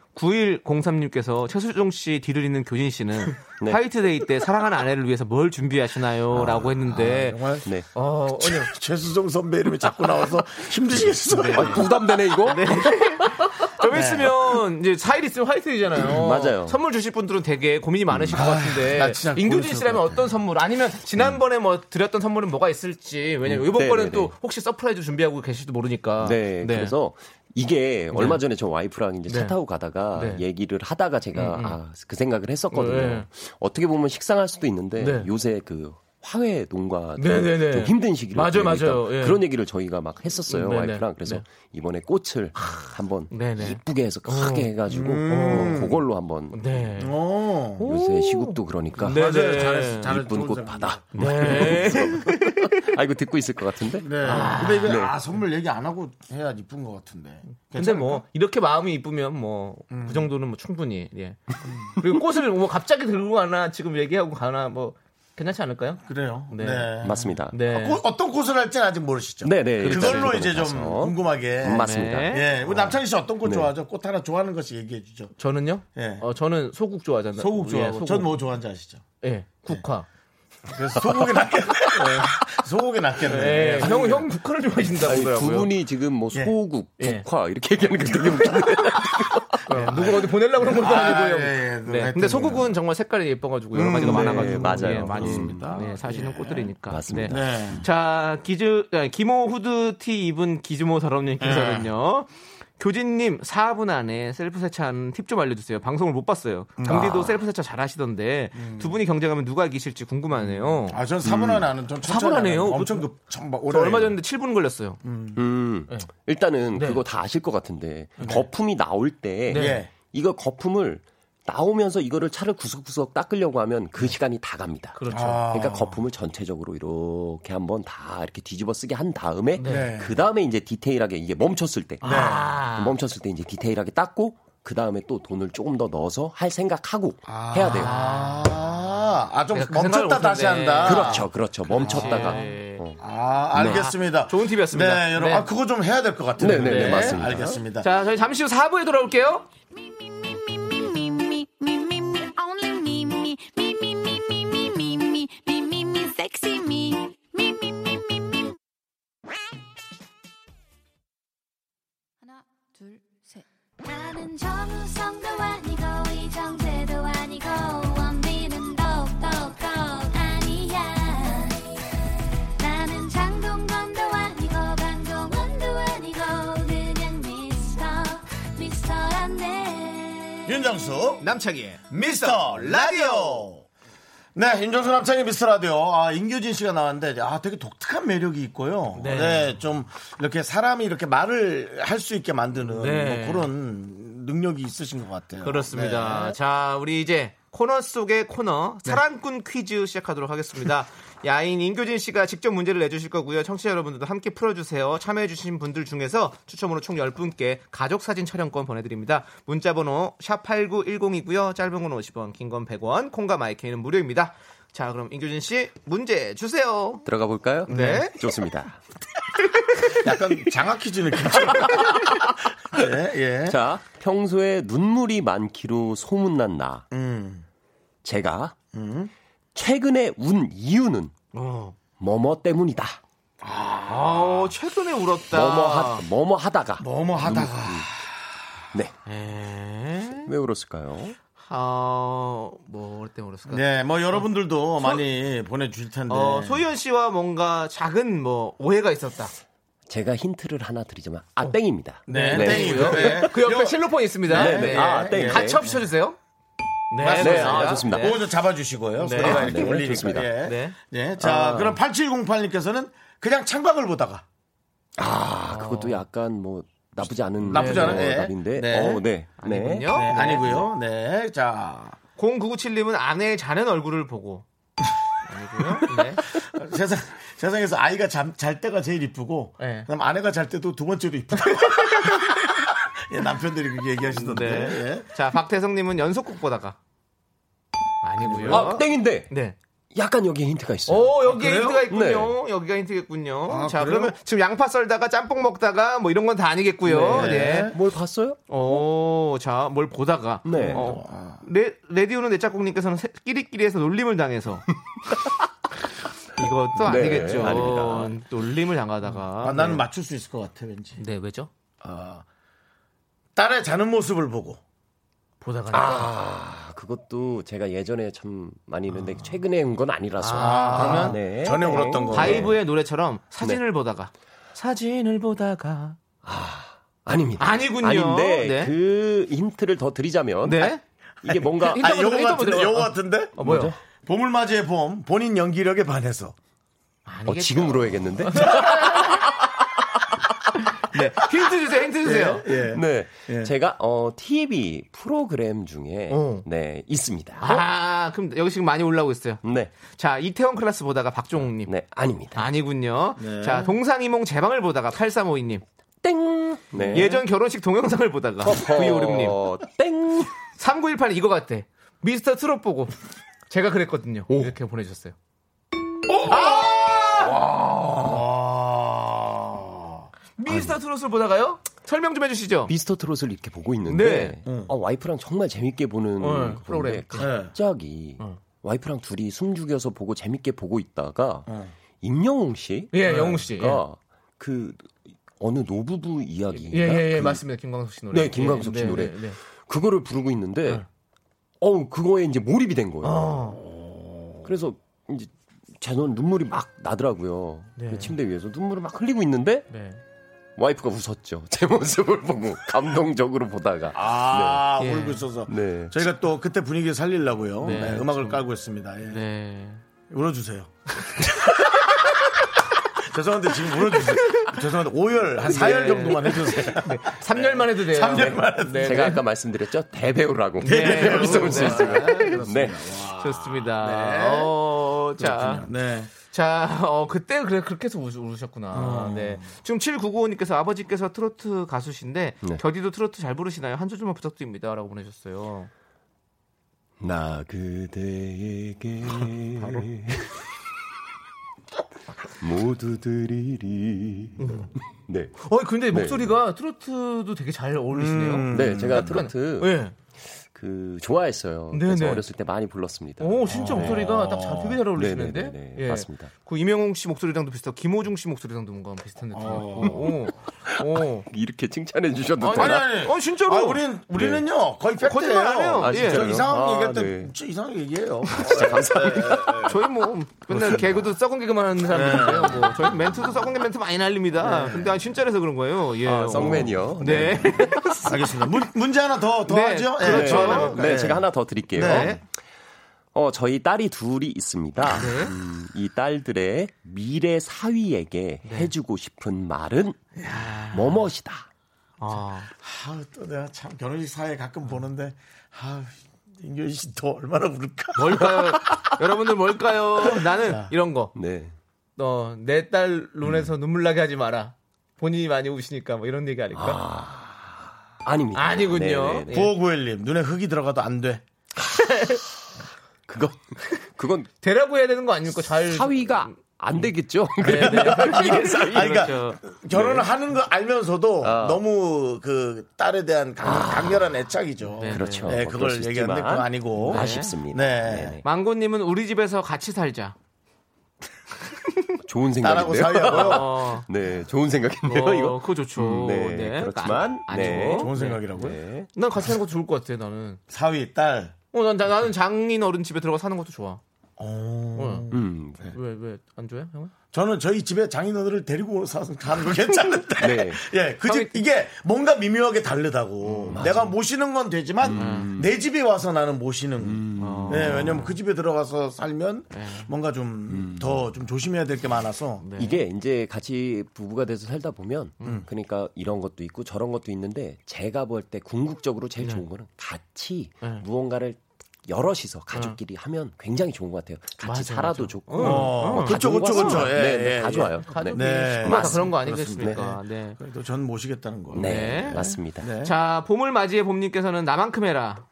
Speaker 2: 9103님께서 최수종 씨 뒤를 잇는 교진 씨는
Speaker 6: 네.
Speaker 2: 화이트데이 때 사랑하는 아내를 위해서 뭘 준비하시나요?
Speaker 6: 아,
Speaker 2: 라고 했는데.
Speaker 1: 정말
Speaker 6: 네.
Speaker 2: 어, 아니요.
Speaker 1: 최수종 선배 이름이 자꾸 나와서 힘드시겠어요.
Speaker 6: 아, 부담되네 이거.
Speaker 2: 좀 있으면 이제 4일 있으면 화이트데이잖아요.
Speaker 6: 음, 맞아요. 음, 아,
Speaker 2: 선물 주실 분들은 되게 고민이 많으실 것
Speaker 1: 나
Speaker 2: 같은데.
Speaker 1: 진짜
Speaker 2: 인교진 씨라면 어떤 선물 아니면 지난번에 뭐 드렸던 선물은 뭐가 있을지. 왜냐면 이번
Speaker 6: 네,
Speaker 2: 거는
Speaker 6: 네,
Speaker 2: 또
Speaker 6: 네.
Speaker 2: 혹시 서프라이즈 준비하고 계실지도 모르니까.
Speaker 6: 네, 그래서 이게 얼마 전에 저 와이프랑 이제 차
Speaker 2: 네.
Speaker 6: 타고 가다가
Speaker 2: 네.
Speaker 6: 얘기를 하다가 제가 아, 그 생각을 했었거든요.
Speaker 2: 네.
Speaker 6: 어떻게 보면 식상할 수도 있는데
Speaker 2: 네.
Speaker 6: 요새 그 화훼 농가
Speaker 7: 네네네.
Speaker 6: 좀 힘든 시기로
Speaker 7: 맞아요,
Speaker 6: 보내니까
Speaker 7: 맞아요. 예.
Speaker 6: 그런 얘기를 저희가 막 했었어요
Speaker 7: 네네.
Speaker 6: 와이프랑 그래서
Speaker 7: 네.
Speaker 6: 이번에 꽃을 한번
Speaker 2: 네네.
Speaker 6: 이쁘게 해서 크게 해가지고 어, 그걸로 한번
Speaker 7: 네.
Speaker 1: 어.
Speaker 6: 요새 시국도 그러니까
Speaker 7: 네.
Speaker 1: 맞아요. 잘했어. 잘했어.
Speaker 6: 이쁜
Speaker 1: 좋은
Speaker 6: 꽃
Speaker 1: 사람이다.
Speaker 6: 받아
Speaker 7: 네.
Speaker 6: 아 이거 듣고 있을 것 같은데
Speaker 1: 네. 근데 이거 아 선물 얘기 안 하고 해야 이쁜 것 같은데.
Speaker 2: 근데 뭐 이렇게 마음이 이쁘면 뭐 그 정도는 뭐 충분히 예. 그리고 꽃을 뭐 갑자기 들고 가나 지금 얘기하고 가나 뭐 괜찮지 않을까요?
Speaker 1: 그래요.
Speaker 2: 네.
Speaker 1: 네.
Speaker 6: 맞습니다
Speaker 2: 네.
Speaker 1: 아, 꽃- 어떤 꽃을 할지는 아직 모르시죠.
Speaker 6: 네네
Speaker 1: 그걸로
Speaker 6: 일단
Speaker 1: 이제 좀
Speaker 6: 가서.
Speaker 1: 궁금하게.
Speaker 6: 맞습니다
Speaker 2: 네.
Speaker 1: 예, 우리 남창희 씨 어떤 꽃
Speaker 6: 네.
Speaker 1: 좋아하죠? 꽃 하나 좋아하는 것이 얘기해 주죠.
Speaker 2: 저는요?
Speaker 1: 예.
Speaker 2: 어, 저는 소국
Speaker 6: 네.
Speaker 2: 좋아하잖아요.
Speaker 1: 소국
Speaker 2: 예,
Speaker 1: 좋아하고.
Speaker 2: 소국.
Speaker 1: 전 뭐 좋아하는지 아시죠?
Speaker 2: 예, 국화.
Speaker 1: 그래서 소고기 낫겠네. 소고기 낫겠네.
Speaker 2: 예,
Speaker 1: 예.
Speaker 2: 형, 형 국화를 좋아하신다고
Speaker 6: 아니,
Speaker 2: 그러더라고요.
Speaker 6: 두 분이 지금 뭐 소국,
Speaker 2: 예.
Speaker 6: 국화 이렇게 얘기하는 게 되게 웃기네.
Speaker 2: 예, 누구 어디 보내려고 그런 것도
Speaker 1: 아,
Speaker 2: 아니고요.
Speaker 1: 예, 예.
Speaker 2: 네. 근데
Speaker 1: 하여튼
Speaker 2: 소국은 정말 색깔이 예뻐가지고 여러 가지가
Speaker 6: 네,
Speaker 2: 많아가지고 예,
Speaker 6: 맞아요.
Speaker 2: 많이
Speaker 6: 음.
Speaker 2: 있습니다. 예, 사시는 꽃들이니까.
Speaker 6: 맞습니다.
Speaker 2: 네.
Speaker 1: 네.
Speaker 2: 자, 기즈, 아, 기모 후드 티 입은 기즈모 더럽님께서는요.
Speaker 6: 네.
Speaker 2: 교진님, 4분 안에 셀프 세차하는 팁 좀 알려주세요. 방송을 못 봤어요.
Speaker 6: 음. 아.
Speaker 2: 경디도 셀프 세차 잘 하시던데 두 분이 경쟁하면 누가 이기실지
Speaker 6: 음.
Speaker 2: 궁금하네요.
Speaker 1: 아, 전 3분 안에 안은 좀 천천히.
Speaker 2: 사분하네요. 그
Speaker 1: 하는 거. 엄청 급, 참, 막 오래.
Speaker 2: 저 얼마 전에 7분 걸렸어요.
Speaker 6: 음, 일단은
Speaker 2: 네.
Speaker 6: 그거 다 아실 것 같은데 거품이 나올 때
Speaker 2: 예.
Speaker 1: 네.
Speaker 6: 이거 거품을 나오면서 이거를 차를 구석구석 닦으려고 하면 그 시간이 다 갑니다.
Speaker 2: 그렇죠.
Speaker 1: 아.
Speaker 6: 그러니까 거품을 전체적으로 이렇게 한번 다 이렇게 뒤집어 쓰게 한 다음에
Speaker 1: 네.
Speaker 6: 그 다음에 이제 디테일하게 이게 멈췄을 때그
Speaker 2: 아.
Speaker 6: 멈췄을 때 이제 디테일하게 닦고 그 다음에 또 돈을 조금 더 넣어서 할 생각하고 해야 돼요.
Speaker 1: 아, 아, 좀
Speaker 2: 네. 그러니까 그
Speaker 1: 멈췄다
Speaker 2: 생각을
Speaker 1: 다시
Speaker 2: 못했네.
Speaker 1: 한다.
Speaker 6: 그렇죠, 그렇죠. 멈췄다가
Speaker 2: 아. 예.
Speaker 6: 어.
Speaker 1: 아, 알겠습니다.
Speaker 2: 좋은 팁이었습니다.
Speaker 1: 네, 여러분.
Speaker 2: 네.
Speaker 1: 아, 그거 좀 해야 될 것 같은데.
Speaker 6: 네, 네, 네, 맞습니다.
Speaker 1: 알겠습니다.
Speaker 2: 자, 저희 잠시 후 4부에 돌아올게요.
Speaker 4: me, me, me, me, me, only me, me, me, me, me, me, me, me, me, me, me, me, sexy me, me, me, me, me, me. 나는 정우성도 아니고 이정재도 아니고 원빈은 더욱더 아니야 나는 장동건도 아니고 강동원도 아니고 그냥 미스터 미스터란데
Speaker 1: 예. 윤정수 남창희의 미스터 라디오 네, 윤정수 남창희 미스터 라디오. 아, 임규진 씨가 나왔는데, 아, 되게 독특한 매력이 있고요. 네. 좀, 이렇게 사람이 이렇게 말을 할 수 있게 만드는
Speaker 2: 네.
Speaker 1: 뭐 그런 능력이 있으신 것 같아요.
Speaker 2: 그렇습니다.
Speaker 1: 네.
Speaker 2: 자, 우리 이제 코너 속의 코너 사랑꾼 퀴즈 시작하도록 하겠습니다. 야인 임교진 씨가 직접 문제를 내주실 거고요. 청취자 여러분들도 함께 풀어주세요. 참여해주신 분들 중에서 추첨으로 총 10분께 가족사진 촬영권 보내드립니다. 문자번호 샵8910이고요. 짧은 건 50원, 긴 건 100원, 콩과 마이크는 무료입니다. 자, 그럼 임교진 씨 문제 주세요.
Speaker 6: 들어가 볼까요?
Speaker 2: 네.
Speaker 6: 좋습니다.
Speaker 1: 네. 약간 장학 퀴즈 느낌처럼. 네, 예.
Speaker 6: 자, 평소에 눈물이 많기로 소문난 나.
Speaker 1: 음.
Speaker 6: 제가 최근에 운 이유는
Speaker 1: 어.
Speaker 6: 뭐뭐 때문이다.
Speaker 2: 어, 최근에 울었다.
Speaker 6: 뭐뭐 하 뭐뭐 하다가.
Speaker 1: 뭐뭐 하다가.
Speaker 6: 네.
Speaker 2: 에?
Speaker 6: 왜 울었을까요?
Speaker 2: 아, 뭐, 때문에 울었을까?
Speaker 1: 네, 뭐 여러분들도 많이 보내주실 텐데.
Speaker 2: 어, 소희연 씨와 뭔가 작은 뭐 오해가 있었다.
Speaker 6: 제가 힌트를 하나 드리자면 아 땡입니다.
Speaker 1: 어. 네, 땡이고요. 네.
Speaker 2: 그 옆에 실로폰 있습니다.
Speaker 6: 네, 네. 아, 땡.
Speaker 2: 같이 합쳐주세요. 네,
Speaker 6: 네, 아, 좋습니다.
Speaker 2: 네.
Speaker 1: 그거 좀 잡아주시고요. 소리가
Speaker 6: 아,
Speaker 1: 이렇게
Speaker 6: 네,
Speaker 1: 울리니까.
Speaker 6: 좋습니다.
Speaker 1: 예.
Speaker 2: 네.
Speaker 1: 예, 자, 그럼 8708님께서는 그냥 창밖을 보다가.
Speaker 6: 아, 그것도 약간 뭐 나쁘지 않은
Speaker 1: 어. 나쁘지 않은,
Speaker 6: 어,
Speaker 1: 네.
Speaker 6: 답인데.
Speaker 1: 네.
Speaker 6: 어, 네. 네.
Speaker 2: 아니군요.
Speaker 1: 네, 아니고요. 네, 자.
Speaker 2: 0997님은 아내의 자는 얼굴을 보고. 아니고요. 네.
Speaker 1: 세상, 세상에서 아이가 잠, 잘 때가 제일 이쁘고,
Speaker 2: 네.
Speaker 1: 그다음 아내가 잘 때도 두 번째로 이쁘다. 예, 남편들이 그렇게 얘기하시던데.
Speaker 2: 네.
Speaker 1: 예.
Speaker 2: 자, 박태성님은 연속곡 보다가. 아니고요.
Speaker 6: 아, 땡인데.
Speaker 2: 네.
Speaker 6: 약간 여기에 힌트가 있어요.
Speaker 2: 오, 여기에
Speaker 1: 그래요?
Speaker 2: 힌트가 있군요. 네. 여기가 힌트겠군요.
Speaker 1: 아,
Speaker 2: 자,
Speaker 1: 그래요?
Speaker 2: 그러면 지금 양파 썰다가 짬뽕 먹다가 뭐 이런 건 다 아니겠고요. 네.
Speaker 6: 뭘 봤어요?
Speaker 2: 오, 자, 뭘 보다가.
Speaker 6: 네.
Speaker 2: 어,
Speaker 1: 아,
Speaker 2: 레, 레디오는 내 짝꿍님께서는 세- 끼리끼리에서 놀림을 당해서. 이것도
Speaker 6: 네,
Speaker 2: 아니겠죠.
Speaker 6: 아닙니다.
Speaker 2: 놀림을 당하다가.
Speaker 1: 아, 나는 맞출 수 있을 것 같아, 왠지.
Speaker 2: 네, 왜죠?
Speaker 1: 딸의 자는 모습을 보고.
Speaker 2: 보다가.
Speaker 6: 아, 그것도 제가 예전에 참 많이 있는데 최근에 온 건 아니라서.
Speaker 2: 그러면
Speaker 6: 네.
Speaker 1: 전에 울었던 거.
Speaker 2: 바이브의 노래처럼 사진을 보다가. 사진을 보다가.
Speaker 6: 아닙니다.
Speaker 2: 아니군요.
Speaker 6: 아닌데
Speaker 2: 네.
Speaker 6: 그 힌트를 더 드리자면
Speaker 2: 네.
Speaker 6: 이게 뭔가
Speaker 2: 힌트
Speaker 1: 아,
Speaker 2: 한번
Speaker 1: 요거
Speaker 2: 들어봐, 힌트 한번
Speaker 1: 같은데?
Speaker 2: 들어봐.
Speaker 1: 요거 같은데?
Speaker 2: 어, 뭐요?
Speaker 1: 봄을 맞이해 봄 본인 연기력에 반해서
Speaker 6: 어, 지금 울어야겠는데?
Speaker 2: 힌트 주세요. 힌트 주세요.
Speaker 1: 예.
Speaker 6: 그 네.
Speaker 1: 예.
Speaker 6: 제가 어, TV 프로그램 중에 네, 있습니다.
Speaker 2: 아, 그럼 여기 지금 많이 올라오고 있어요.
Speaker 6: 네.
Speaker 2: 자, 이태원 클라스 보다가 박종욱님.
Speaker 6: 네, 아닙니다.
Speaker 2: 아니군요. 자, 동상이몽 제방을 보다가 8352님.
Speaker 6: 땡. 네.
Speaker 2: 예전 결혼식 동영상을 보다가 9256님.
Speaker 6: 어, 땡.
Speaker 2: 3918 이거 같대. 미스터 트롯 보고. 제가 그랬거든요. 이렇게 보내주셨어요.
Speaker 1: 아.
Speaker 2: 미스터 트롯을 보다가요? 설명 좀 해주시죠.
Speaker 6: 미스터 트롯을 이렇게 보고 있는데
Speaker 2: 네.
Speaker 6: 어, 와이프랑 정말 재밌게 보는 그
Speaker 2: 프로그램. 네. 어.
Speaker 6: 프로그램 갑자기 와이프랑 둘이 숨죽여서 보고 재밌게 보고 있다가 임영웅 씨
Speaker 2: 어. 예, 영웅 씨. 예.
Speaker 6: 가 그 어느 노부부 이야기
Speaker 2: 예, 예, 예, 맞습니다. 김광석 씨 노래.
Speaker 6: 그 네, 김광석 씨
Speaker 2: 예, 네,
Speaker 6: 노래.
Speaker 2: 네, 네.
Speaker 6: 그거를 부르고 있는데 어 그거에 이제 몰입이 된 거예요.
Speaker 2: 어.
Speaker 6: 그래서 이제 제눈 눈물이 막 나더라고요. 그
Speaker 2: 네.
Speaker 6: 침대 위에서 눈물을 막 흘리고 있는데
Speaker 2: 네.
Speaker 6: 와이프가 웃었죠. 제 모습을 보고 감동적으로 보다가
Speaker 1: 아,
Speaker 2: 네.
Speaker 1: 울고 있어서.
Speaker 6: 네.
Speaker 1: 저희가 또 그때 분위기 살리려고요.
Speaker 2: 네,
Speaker 1: 네, 음악을 깔고 있습니다. 예.
Speaker 2: 네.
Speaker 1: 울어주세요. 죄송한데 지금 울어주세요. 죄송한데 5열, 한 4열
Speaker 2: 네.
Speaker 1: 정도만 해주세요.
Speaker 2: 3년만 해도 돼요.
Speaker 1: 3년만 해도
Speaker 2: 네,
Speaker 6: 제가
Speaker 2: 네.
Speaker 6: 아까 말씀드렸죠 대배우라고
Speaker 2: 네.
Speaker 6: 여기서 올 수 있습니다. 네.
Speaker 2: 좋습니다. 어, 자,
Speaker 1: 네.
Speaker 2: 자, 어, 그때 그래, 그렇게 해서 우, 우셨구나. 네. 지금 7995님께서 아버지께서 트로트 가수신데,
Speaker 6: 네.
Speaker 2: 견디도 트로트 잘 부르시나요? 한 소절만 부탁드립니다. 라고 보내셨어요.
Speaker 6: 나 그대에게 모두 드리리. 네.
Speaker 2: 어, 근데 목소리가 트로트도 되게 잘 어울리시네요.
Speaker 6: 네, 제가
Speaker 2: 약간,
Speaker 6: 트로트
Speaker 2: 네.
Speaker 6: 그 좋아했어요.
Speaker 2: 네네.
Speaker 6: 그래서 어렸을 때 많이 불렀습니다.
Speaker 2: 오, 진짜 목소리가 딱 잘, 되게 잘 어울리시는데?
Speaker 6: 아, 네. 네네네. 맞습니다.
Speaker 2: 그 이명웅 씨 목소리랑도 비슷하고, 김호중 씨 목소리랑도 뭔가 비슷한 느낌이고. 오, 오.
Speaker 6: 이렇게 칭찬해 주셔도
Speaker 2: 아니,
Speaker 6: 되나?
Speaker 1: 아니, 아니.
Speaker 2: 어, 진짜로.
Speaker 1: 아, 우린, 우리는요, 거의 팩트예요.
Speaker 2: 네. 거짓말 안 해요.
Speaker 6: 아,
Speaker 2: 예.
Speaker 6: 진짜요?
Speaker 1: 저 이상한
Speaker 6: 아,
Speaker 1: 얘기할 때,
Speaker 6: 네.
Speaker 1: 진짜 이상한 얘기예요. 네.
Speaker 2: 저희 뭐 맨날 개그도 썩은 개그만 하는 사람인데요.
Speaker 6: 네.
Speaker 2: 뭐 저희 멘트도 썩은 개 멘트 많이 날립니다. 근데 아니, 진짜라서 그런 거예요. 예.
Speaker 6: 아, 썩맨이요.
Speaker 2: 네.
Speaker 1: 알겠습니다. 문, 문제 하나 더, 더
Speaker 2: 네,
Speaker 1: 하죠? 예.
Speaker 6: 네,
Speaker 2: 그렇죠.
Speaker 1: 하나
Speaker 6: 네,
Speaker 1: 네.
Speaker 6: 제가 하나 더 드릴게요.
Speaker 2: 네.
Speaker 6: 어, 저희 딸이 둘이 있습니다. 음, 이 딸들의 미래 사위에게 해주고 싶은 말은 뭐뭇이다.
Speaker 2: 아,
Speaker 1: 아, 또 내가 참 결혼식 사회 가끔 보는데, 아, 인교희 씨또 얼마나 울까?
Speaker 2: 뭘까요? 여러분들 뭘까요? 나는 이런 거.
Speaker 6: 네.
Speaker 2: 어, 내 딸 눈에서 눈물 나게 하지 마라. 본인이 많이 우시니까 뭐 이런 얘기 아닐까?
Speaker 6: 아닙니다.
Speaker 2: 아, 니군요
Speaker 6: 네, 네.
Speaker 1: 9591님, 눈에 흙이 들어가도 안 돼.
Speaker 6: 그건 그건
Speaker 2: 되라고 해야 되는 거 아닙니까? 잘
Speaker 6: 사위가 안 되겠죠.
Speaker 2: 네, 네.
Speaker 1: 아, 그러니까
Speaker 2: 그렇죠.
Speaker 1: 결혼을 하는 거 알면서도 너무 그 딸에 대한 강, 강렬한 애착이죠.
Speaker 6: 그렇죠.
Speaker 1: 네,
Speaker 6: 뭐
Speaker 1: 그걸
Speaker 6: 그럴 수
Speaker 1: 얘기하는데
Speaker 6: 있지만
Speaker 1: 그건 아니고.
Speaker 6: 아쉽습니다.
Speaker 1: 네.
Speaker 6: 네네.
Speaker 2: 망고님은 우리 집에서 같이 살자.
Speaker 6: 좋은
Speaker 1: 딸하고
Speaker 6: 생각인데요.
Speaker 1: 사위하고요.
Speaker 2: 어,
Speaker 6: 네, 좋은 생각인데요.
Speaker 2: 어,
Speaker 6: 이거.
Speaker 2: 그거 좋죠.
Speaker 6: 음, 네,
Speaker 2: 그러니까
Speaker 6: 그렇지만,
Speaker 2: 안-
Speaker 6: 네.
Speaker 2: 아니고.
Speaker 1: 좋은 생각이라고요.
Speaker 6: 네.
Speaker 2: 난 같이 사는 것도 좋을 것 같아. 나는.
Speaker 1: 사위, 딸.
Speaker 2: 어, 난, 나- 나는 장인 어른 집에 들어가 사는 것도 좋아. 어.
Speaker 6: 음,
Speaker 2: 왜, 왜, 안 좋아요, 형은?
Speaker 1: 저는 저희 집에 장인어른을 데리고 사는 거 괜찮은데.
Speaker 6: 네.
Speaker 1: 예, 그 집, 이게 뭔가 미묘하게 다르다고.
Speaker 6: 음,
Speaker 1: 내가 모시는 건 되지만, 내 집에 와서 나는 모시는.
Speaker 6: 음.
Speaker 1: 네,
Speaker 2: 아,
Speaker 1: 왜냐면 그 집에 들어가서 살면
Speaker 2: 네.
Speaker 1: 뭔가
Speaker 2: 음.
Speaker 1: 좀 더 좀 조심해야 될 게 많아서.
Speaker 6: 이게 이제 같이 부부가 돼서 살다 보면 그러니까 이런 것도 있고 저런 것도 있는데 제가 볼 때 궁극적으로 제일 좋은 거는 같이 무언가를 여럿이서 가족끼리 하면 굉장히 좋은 것 같아요. 같이 살아도 좋고.
Speaker 1: 어,
Speaker 6: 뭐
Speaker 1: 그쵸,
Speaker 6: 가족과
Speaker 1: 그쵸, 그쵸.
Speaker 6: 사는-
Speaker 1: 예,
Speaker 6: 네, 네,
Speaker 1: 예,
Speaker 6: 다
Speaker 1: 예.
Speaker 6: 좋아요. 네.
Speaker 2: 가족이
Speaker 1: 네.
Speaker 2: 식구마다 그런 거
Speaker 6: 맞습니다.
Speaker 2: 아니겠습니까? 네.
Speaker 1: 그래도 전 모시겠다는 거.
Speaker 6: 네,
Speaker 2: 네.
Speaker 6: 맞습니다.
Speaker 1: 네.
Speaker 2: 자, 봄을 맞이해 봄님께서는 나만큼 해라.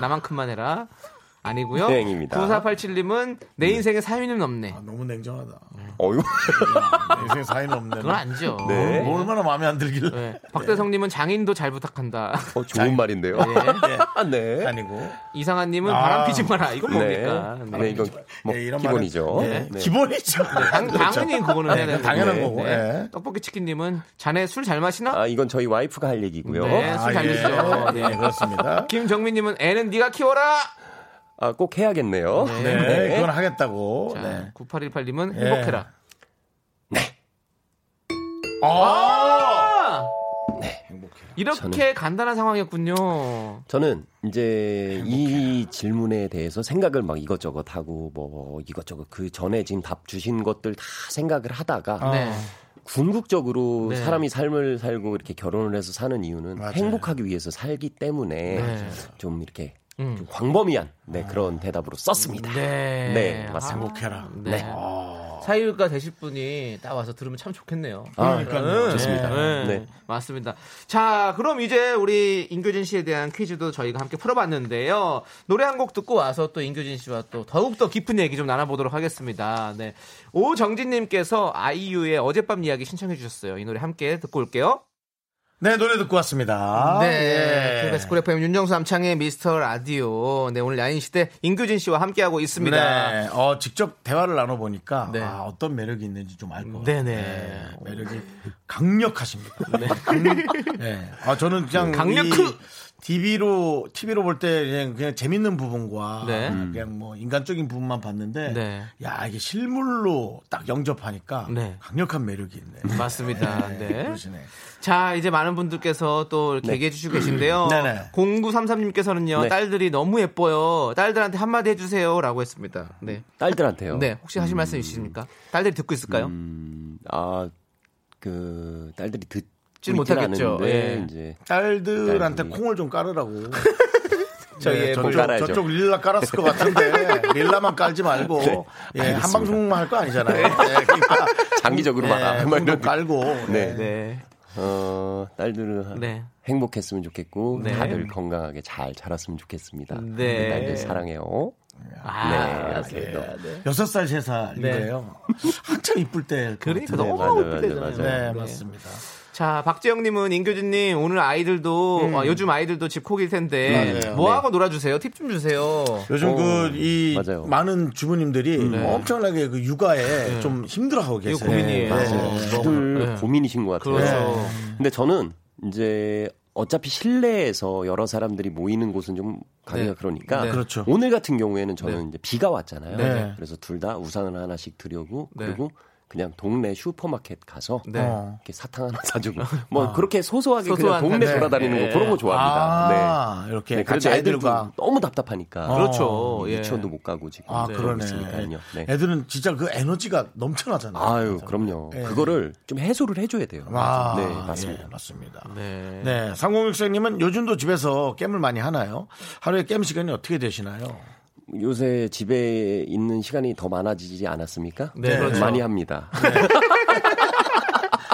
Speaker 2: 나만큼만 해라. 아니고요.
Speaker 6: 땡입니다.
Speaker 2: 9487님은 내 인생에 사위는 없네.
Speaker 1: 아, 너무 냉정하다.
Speaker 6: 어유.
Speaker 1: 내 인생 사이는 없네.
Speaker 2: 네. 그건 아니죠.
Speaker 6: 네.
Speaker 1: 뭐 얼마나 마음에 안 들길래.
Speaker 2: 네. 박대성님은 장인도 잘 부탁한다.
Speaker 6: 어, 좋은 말인데요. 네. 네.
Speaker 1: 아니고.
Speaker 2: 이상한님은
Speaker 1: 아.
Speaker 2: 바람 피지 마라. 이건 뭡니까?
Speaker 6: 네.
Speaker 2: 네.
Speaker 6: 이건 뭐
Speaker 1: 예, 이런
Speaker 6: 기본이죠.
Speaker 1: 말은- 네, 기본이죠.
Speaker 2: 당, 당연히 그거는 해야 되는 거고.
Speaker 1: 그렇죠. 당연한
Speaker 2: 네.
Speaker 1: 거고, 예.
Speaker 2: 떡볶이 치킨님은 자네 술 잘 마시나?
Speaker 6: 아, 이건 저희 와이프가 할 얘기고요.
Speaker 2: 네, 술 잘 드시죠.
Speaker 1: 아, 예. 네,
Speaker 2: 네.
Speaker 1: 그렇습니다.
Speaker 2: 김정민님은 애는 네가 키워라.
Speaker 6: 아, 꼭 해야겠네요. 네.
Speaker 1: 네, 그건 하겠다고.
Speaker 2: 자,
Speaker 1: 네.
Speaker 2: 9818님은 행복해라.
Speaker 6: 네.
Speaker 1: 아!
Speaker 2: 아!
Speaker 1: 행복해라.
Speaker 2: 이렇게
Speaker 6: 저는-
Speaker 2: 간단한 상황이었군요.
Speaker 6: 저는 이제 이 질문에 대해서 생각을 막 이것저것 하고 뭐 이것저것 그 전에 지금 답 주신 것들 다 생각을
Speaker 1: 아,
Speaker 6: 하다가
Speaker 2: 네.
Speaker 6: 궁극적으로
Speaker 2: 네.
Speaker 6: 사람이 삶을 살고 이렇게 결혼을 해서 사는 이유는
Speaker 1: 맞아요.
Speaker 6: 행복하기 위해서 살기 때문에
Speaker 2: 네.
Speaker 6: 좀 이렇게
Speaker 2: 음.
Speaker 6: 좀 광범위한 네, 그런 대답으로 썼습니다.
Speaker 2: 네.
Speaker 6: 네, 맞습니다.
Speaker 1: 아. 행복해라.
Speaker 2: 네. 사유가 되실 분이 딱 와서 들으면 참 좋겠네요.
Speaker 6: 아,
Speaker 1: 그러니까요.
Speaker 6: 좋습니다.
Speaker 2: 네.
Speaker 6: 네.
Speaker 2: 맞습니다. 자, 그럼 이제 우리 인교진 씨에 대한 퀴즈도 저희가 함께 풀어봤는데요. 노래 한 곡 듣고 와서 또 인교진 씨와 또 더욱더 깊은 얘기 좀 나눠보도록 하겠습니다. 네. 오정진님께서 아이유의 어젯밤 이야기 신청해 주셨어요. 이 노래 함께 듣고 올게요.
Speaker 1: 네, 노래 듣고 왔습니다.
Speaker 2: 네.
Speaker 1: 예.
Speaker 2: KBS 쿨 FM 윤정수 남창의 미스터 라디오. 네, 오늘 야인시대 인규진 씨와 함께하고 있습니다.
Speaker 1: 네, 어, 직접 대화를 나눠보니까
Speaker 2: 네.
Speaker 1: 아, 어떤 매력이 있는지 좀 알 것 같아요.
Speaker 2: 네네.
Speaker 1: 매력이 강력하십니다. 강- 네. 아, 저는 그냥
Speaker 2: 강력 크!
Speaker 1: TV로 TV로 볼 때 그냥, 그냥 재밌는 부분과
Speaker 2: 네.
Speaker 1: 그냥 뭐 인간적인 부분만 봤는데
Speaker 2: 네.
Speaker 1: 야 이게 실물로 딱 영접하니까
Speaker 2: 네.
Speaker 1: 강력한 매력이 있네.
Speaker 2: 맞습니다.
Speaker 1: 네,
Speaker 2: 네.
Speaker 1: 그러시네.
Speaker 2: 자, 이제 많은 분들께서 또 이렇게 얘기해 주시고 계신데요.
Speaker 1: 네네.
Speaker 2: 0933님께서는요,
Speaker 6: 음. 네.
Speaker 2: 딸들이 너무 예뻐요. 딸들한테 한마디 해주세요. 라고 했습니다. 네.
Speaker 6: 딸들한테요.
Speaker 2: 네, 혹시 하실 말씀 있으십니까? 딸들이 듣고 있을까요?
Speaker 6: 음, 아, 그 딸들이 듣지
Speaker 2: 지는 못하겠죠.
Speaker 6: 않는데
Speaker 2: 예.
Speaker 6: 이제
Speaker 1: 딸들한테
Speaker 6: 딸들이.
Speaker 1: 콩을 좀 깔으라고.
Speaker 2: 저기
Speaker 1: 네,
Speaker 6: 뭘
Speaker 1: 저쪽,
Speaker 6: 깔아야죠.
Speaker 1: 저쪽 릴라 깔았을 것 같은데 릴라만 깔지 말고 예, 한
Speaker 6: 알겠습니다.
Speaker 1: 방송만 할 거 아니잖아요. 예, 그러니까
Speaker 6: 장기적으로 막
Speaker 1: 예,
Speaker 6: 막
Speaker 1: 콩
Speaker 6: 이런
Speaker 1: 좀 깔고
Speaker 6: 네.
Speaker 2: 뭐 네.
Speaker 6: 어, 딸들은
Speaker 2: 네.
Speaker 6: 행복했으면 좋겠고
Speaker 2: 네.
Speaker 6: 다들 건강하게 잘 자랐으면 좋겠습니다.
Speaker 2: 네.
Speaker 6: 딸들 사랑해요.
Speaker 2: 아,
Speaker 6: 네, 알았습니다.
Speaker 1: 여섯 살 세 살인
Speaker 2: 네.
Speaker 1: 거예요. 한참 이쁠 때.
Speaker 2: 그러니까
Speaker 6: 네,
Speaker 2: 너무
Speaker 6: 맞아요,
Speaker 2: 예쁠 때잖아요.
Speaker 6: 맞아요,
Speaker 1: 네, 맞습니다.
Speaker 2: 자, 박재영님은 인교진님 오늘 아이들도 어, 요즘 아이들도 집콕일 텐데
Speaker 1: 음. 맞아요. 네.
Speaker 2: 뭐 하고 놀아주세요? 팁 좀 주세요.
Speaker 1: 요즘
Speaker 6: 오,
Speaker 1: 그 이
Speaker 6: 맞아요.
Speaker 1: 많은 주부님들이 엄청나게 그 육아에 좀 힘들어하고
Speaker 2: 이거
Speaker 1: 계세요.
Speaker 2: 고민이에요.
Speaker 1: 네.
Speaker 2: 뭐,
Speaker 6: 다들
Speaker 2: 네.
Speaker 6: 고민이신 것 같아요.
Speaker 2: 그렇죠.
Speaker 6: 근데 저는 이제 어차피 실내에서 여러 사람들이 모이는 곳은 좀 가기가
Speaker 2: 네.
Speaker 6: 그러니까
Speaker 2: 네.
Speaker 1: 그렇죠.
Speaker 6: 오늘 같은 경우에는 저는 이제 비가 왔잖아요.
Speaker 1: 네.
Speaker 6: 그래서 둘 다 우산을 하나씩 드려고
Speaker 2: 네.
Speaker 6: 그리고 그냥 동네 슈퍼마켓 가서
Speaker 2: 네.
Speaker 1: 어.
Speaker 6: 이렇게 사탕 하나 사주고 뭐 그렇게 소소하게 그냥
Speaker 2: 소소한
Speaker 6: 동네
Speaker 2: 네.
Speaker 6: 돌아다니는
Speaker 2: 네.
Speaker 6: 거 그런 거 좋아합니다.
Speaker 1: 아, 이렇게
Speaker 6: 네. 네,
Speaker 1: 같이
Speaker 6: 그래도 애들도
Speaker 1: 아이들과.
Speaker 6: 너무 답답하니까 음,
Speaker 2: 그렇죠. 예.
Speaker 6: 유치원도 못 가고 지금
Speaker 1: 아,
Speaker 6: 그러고
Speaker 1: 그러네.
Speaker 6: 있으니까요. 네.
Speaker 1: 애들은 진짜 그 에너지가 넘쳐나잖아요.
Speaker 6: 아유, 그럼요.
Speaker 1: 예.
Speaker 6: 그거를 좀 해소를 해줘야 돼요.
Speaker 1: 아,
Speaker 6: 네, 맞습니다.
Speaker 1: 예, 맞습니다.
Speaker 2: 네.
Speaker 1: 네, 3060님은 요즘도 집에서 게임을 많이 하나요? 하루에 게임 시간이 어떻게 되시나요?
Speaker 6: 요새 집에 있는 시간이 더 많아지지 않았습니까?
Speaker 2: 네, 그렇죠.
Speaker 6: 많이 합니다.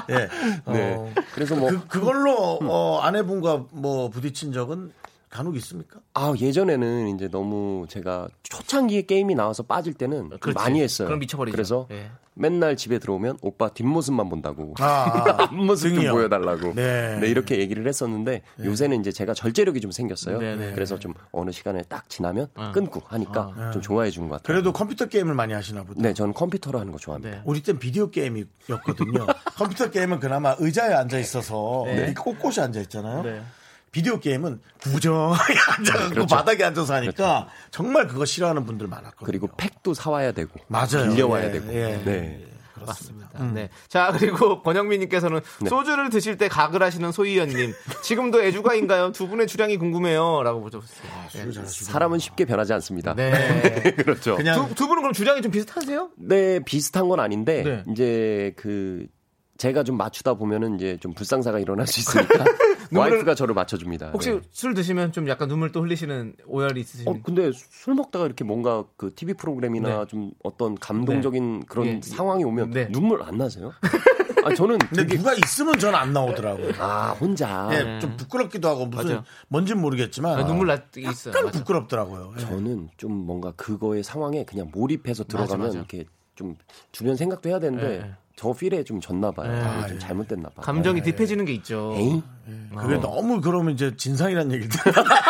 Speaker 1: 네.
Speaker 6: 네.
Speaker 1: 어,
Speaker 6: 그래서 뭐,
Speaker 1: 그, 그걸로 어, 아내분과 뭐 부딪힌 적은 간혹 있습니까?
Speaker 6: 아, 예전에는 이제 너무 제가 초창기에 게임이 나와서 빠질 때는 좀
Speaker 2: 그렇지.
Speaker 6: 많이 했어요.
Speaker 2: 그럼 미쳐버리죠.
Speaker 6: 래서
Speaker 2: 예.
Speaker 6: 맨날 집에 들어오면 오빠 뒷모습만 본다고.
Speaker 1: 아,
Speaker 6: 앞모습 좀
Speaker 1: 등이요.
Speaker 6: 보여달라고.
Speaker 1: 네.
Speaker 6: 네. 이렇게 얘기를 했었는데
Speaker 2: 예.
Speaker 6: 요새는 이제 제가 절제력이 좀 생겼어요.
Speaker 2: 네,
Speaker 6: 그래서 좀 어느 시간에 딱 지나면
Speaker 2: 아.
Speaker 6: 끊고 하니까 좀 좋아해 준 것 같아요.
Speaker 1: 그래도 컴퓨터 게임을 많이 하시나
Speaker 2: 그
Speaker 1: 보다.
Speaker 6: 네, 저는 컴퓨터로 하는 거 좋아합니다.
Speaker 1: 우리 땐 비디오 게임이었거든요. 컴퓨터 게임은 그나마 의자에 앉아 있어서 이렇게 꼿꼿이 앉아 있잖아요. 비디오 게임은 구정하게 앉아갖고 바닥에 앉아서 하니까 정말 그거 싫어하는 분들 많았거든요.
Speaker 6: 그리고 팩도 사와야 되고
Speaker 1: 맞아요.
Speaker 6: 빌려와야
Speaker 1: 예,
Speaker 6: 되고
Speaker 1: 예.
Speaker 6: 네.
Speaker 1: 그렇습니다. 음. 네.
Speaker 2: 네. 자, 그리고 권영민님께서는 소주를 드실 때 각을 하시는 소희연님. 지금도 애주가인가요? 두 분의 주량이 궁금해요. 라고 물어보셨어요.
Speaker 1: 아,
Speaker 2: 네.
Speaker 6: 사람은 쉽게 변하지 않습니다.
Speaker 2: 네.
Speaker 6: 그렇죠.
Speaker 1: 그냥
Speaker 2: 두, 두 분은 그럼 주량이 좀 비슷하세요?
Speaker 6: 네 비슷한 건 아닌데
Speaker 2: 네.
Speaker 6: 이제 그 제가 좀 맞추다 보면은 이제 좀 불상사가 일어날 수 있으니까 와이프가 저를 맞춰줍니다.
Speaker 2: 혹시
Speaker 6: 네.
Speaker 2: 술 드시면 좀 약간 눈물 또 흘리시는 오열이 있으십니까?
Speaker 6: 어 근데 술 먹다가 이렇게 뭔가 그 TV 프로그램이나 좀 어떤 감동적인 그런
Speaker 2: 예.
Speaker 6: 상황이 오면
Speaker 2: 네.
Speaker 6: 눈물 안 나세요? 아 저는
Speaker 1: 근데
Speaker 6: 되게
Speaker 1: 누가 있으면 전 안 나오더라고요.
Speaker 6: 아 혼자
Speaker 1: 예, 좀 부끄럽기도 하고 무슨
Speaker 2: 맞아요.
Speaker 1: 뭔진 모르겠지만
Speaker 2: 아, 눈물 날 때 있어요.
Speaker 1: 약간
Speaker 2: 맞아.
Speaker 1: 부끄럽더라고요. 예.
Speaker 6: 저는 좀 뭔가 그거의 상황에 그냥 몰입해서 들어가면
Speaker 2: 네. 맞아.
Speaker 6: 이렇게 좀 주변 생각도 해야 되는데
Speaker 2: 예, 예.
Speaker 6: 저 필에 좀 졌나 봐요. 아, 좀 잘못됐나 봐요.
Speaker 1: 네,
Speaker 2: 네.
Speaker 6: 네.
Speaker 2: 감정이 딥해지는 게 있죠.
Speaker 6: 에잉?
Speaker 1: 그게 너무 그러면 이제 진상이란 얘기도.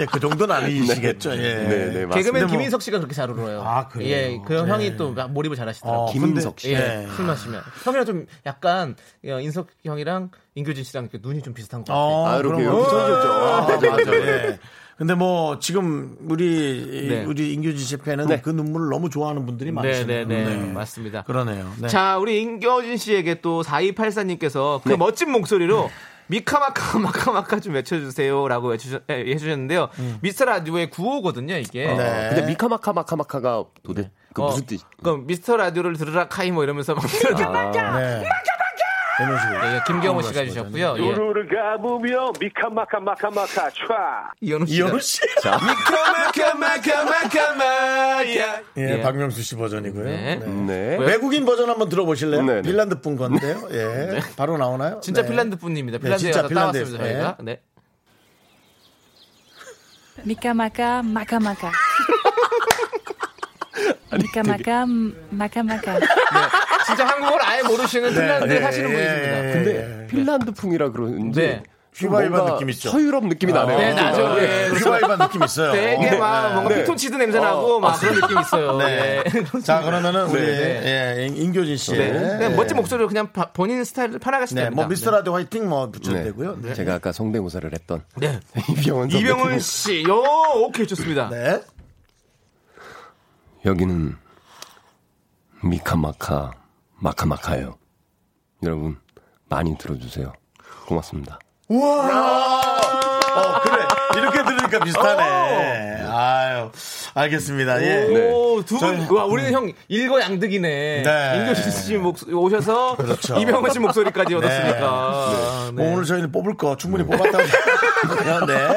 Speaker 1: 예, 그 정도는 아니시겠죠. 예.
Speaker 6: 네, 네, 맞습니다.
Speaker 2: 개그맨
Speaker 1: 뭐-
Speaker 2: 김인석 씨가 그렇게 잘 울어요.
Speaker 1: 아, 그래요?
Speaker 2: 예, 그
Speaker 1: 네.
Speaker 2: 형이 또 막 몰입을 잘 하시더라고요.
Speaker 1: 어,
Speaker 6: 김인석
Speaker 1: 근데-
Speaker 6: 씨.
Speaker 2: 예,
Speaker 1: 예.
Speaker 2: 술 마시면 형이랑 좀 약간 어, 인석 형이랑 인교진 씨랑 이렇게 눈이 좀 비슷한 것 같아요.
Speaker 1: 아,
Speaker 6: 아,
Speaker 1: 그런
Speaker 6: 이렇게
Speaker 1: 거.
Speaker 6: 이렇게 손이었죠.
Speaker 1: 아,
Speaker 6: 아,
Speaker 1: 맞아.
Speaker 6: 맞아요.
Speaker 1: 예. 근데 뭐 지금 우리
Speaker 2: 네.
Speaker 1: 우리 인규진 씨 팬은
Speaker 6: 네.
Speaker 1: 그 눈물을 너무 좋아하는 분들이 어, 많으시네요.
Speaker 2: 네네네 맞습니다.
Speaker 1: 그러네요. 네.
Speaker 2: 자, 우리 인교진 씨에게 또 4284님께서 그 멋진 목소리로 미카마카 마카마카 좀 외쳐주세요라고 예, 외쳐 해주셨는데요. 미스터 라디오의 구호거든요 이게.
Speaker 1: 네.
Speaker 6: 어, 근데 미카마카 마카마카가 도대 그
Speaker 2: 어,
Speaker 6: 무슨 뜻이?
Speaker 2: 그럼 미스터 라디오를 들으라 카이 뭐 이러면서 막
Speaker 1: 네. 이런 식으로.
Speaker 2: 예, 김경호 씨가 해주셨고요. 예.
Speaker 8: 루루를 가보며 미카마카 마카마카 촤
Speaker 2: 이현우 씨.
Speaker 1: 이현우 씨.
Speaker 2: 미카마카마카마카마야.
Speaker 1: 예, 박명수 씨 버전이고요.
Speaker 2: 네.
Speaker 1: 네.
Speaker 6: 네.
Speaker 1: 외국인 버전 한번 들어보실래요?
Speaker 6: 네, 네.
Speaker 1: 핀란드 분 건데요. 예. 바로 나오나요?
Speaker 2: 진짜
Speaker 1: 네.
Speaker 2: 핀란드 분입니다.
Speaker 1: 네, 진짜 핀란드에서,
Speaker 2: 핀란드에서 따왔습니다 저희가. 네.
Speaker 9: Mikamaka makamaka. Mikamaka makamaka.
Speaker 2: 진짜 한국어를 아예 모르시는 핀란드
Speaker 1: 네,
Speaker 2: 하시는
Speaker 1: 예,
Speaker 2: 분이십니다.
Speaker 1: 예, 예.
Speaker 6: 근데 핀란드 풍이라 그러는지
Speaker 2: 네.
Speaker 6: 좀
Speaker 1: 휘바이바
Speaker 6: 뭔가
Speaker 1: 느낌 있죠?
Speaker 6: 서유럽 느낌이 나네요.
Speaker 2: 네, 나죠.
Speaker 6: 예.
Speaker 2: 예.
Speaker 1: 유바이반 느낌 있어요.
Speaker 2: 되게
Speaker 1: 어,
Speaker 2: 막
Speaker 1: 네. 어,
Speaker 2: 뭔가 피톤치드 냄새 나고 막 그런 느낌 있어요.
Speaker 1: 네.
Speaker 2: 예.
Speaker 1: 자, 그러면은 우리 예, 인- 인교진 씨.
Speaker 2: 네.
Speaker 1: 네.
Speaker 2: 그냥 멋진 목소리로 그냥 바- 본인 스타일을 편하게 하시면
Speaker 1: 네,
Speaker 2: 됩니다.
Speaker 1: 뭐 미스터 라디오 화이팅 뭐 붙여도
Speaker 6: 네.
Speaker 1: 되고요. 네.
Speaker 6: 제가 아까 성대모사를 했던
Speaker 2: 네.
Speaker 6: 이병헌 선배
Speaker 2: 이병훈 씨, 요 오케이 좋습니다.
Speaker 1: 네.
Speaker 6: 여기는 미카마카 마카마카예요. 여러분 많이 들어주세요. 고맙습니다.
Speaker 1: 어, 그래. 이렇게 들으니까 비슷하네. 아유. 알겠습니다. 예.
Speaker 2: 오, 두 분,
Speaker 1: 저희-
Speaker 2: 와, 우리는 형, 일거양득이네.
Speaker 1: 네.
Speaker 2: 임교진 씨 목, 오셔서,
Speaker 1: 그렇죠.
Speaker 2: 이병헌 씨 목소리까지 얻었으니까. 네.
Speaker 1: 뭐 오늘 저희는 뽑을 거 충분히 뽑았다고 생각하고요. 네.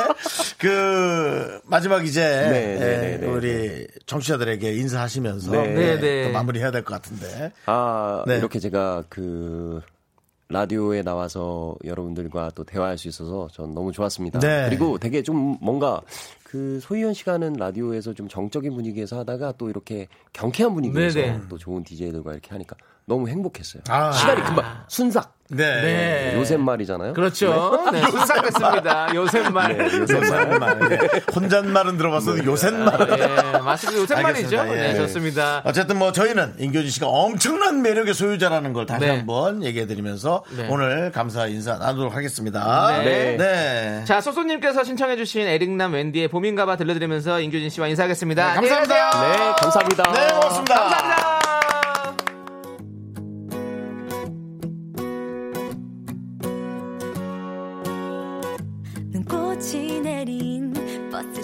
Speaker 1: 그 마지막 이제
Speaker 6: 네, 네,
Speaker 1: 예,
Speaker 6: 네,
Speaker 1: 우리 정치자들에게 인사하시면서
Speaker 6: 네.
Speaker 1: 예,
Speaker 2: 네, 네.
Speaker 1: 또 마무리해야 될 것 같은데.
Speaker 6: 아
Speaker 1: 네.
Speaker 6: 이렇게 제가 그 라디오에 나와서 여러분들과 또 대화할 수 있어서 전 너무 좋았습니다.
Speaker 1: 네.
Speaker 6: 그리고 되게 좀 뭔가 그 소희연 씨가는 라디오에서 좀 정적인 분위기에서 하다가 또 이렇게 경쾌한 분위기에서
Speaker 2: 네네.
Speaker 6: 또 좋은 DJ들과 이렇게 하니까 너무 행복했어요.
Speaker 1: 아.
Speaker 6: 시간이 금방 순삭
Speaker 1: 네.
Speaker 2: 네.
Speaker 6: 요새 말이잖아요.
Speaker 2: 그렇죠. 네, 순삭했습니다. 네. 요새말.
Speaker 1: 요새말. 네. 혼잣말은 들어봤어도 요새말.
Speaker 2: 네, 맞습니다. 요새말이죠.
Speaker 1: 알겠습니다. 예.
Speaker 2: 네, 좋습니다.
Speaker 1: 어쨌든 뭐 저희는 임교진 씨가 엄청난 매력의 소유자라는 걸 다시
Speaker 2: 네.
Speaker 1: 한번 얘기해드리면서
Speaker 2: 네.
Speaker 1: 오늘 감사 인사 나누도록 하겠습니다.
Speaker 2: 네.
Speaker 1: 네.
Speaker 2: 자, 소소님께서 신청해주신 에릭남 웬디의 봄인가봐 들려드리면서 임교진 씨와 인사하겠습니다.
Speaker 1: 네, 감사합니다.
Speaker 2: 안녕히 가세요.
Speaker 6: 네, 감사합니다.
Speaker 1: 네, 고맙습니다.
Speaker 2: 감사합니다.
Speaker 4: 눈꽃이 내린 버스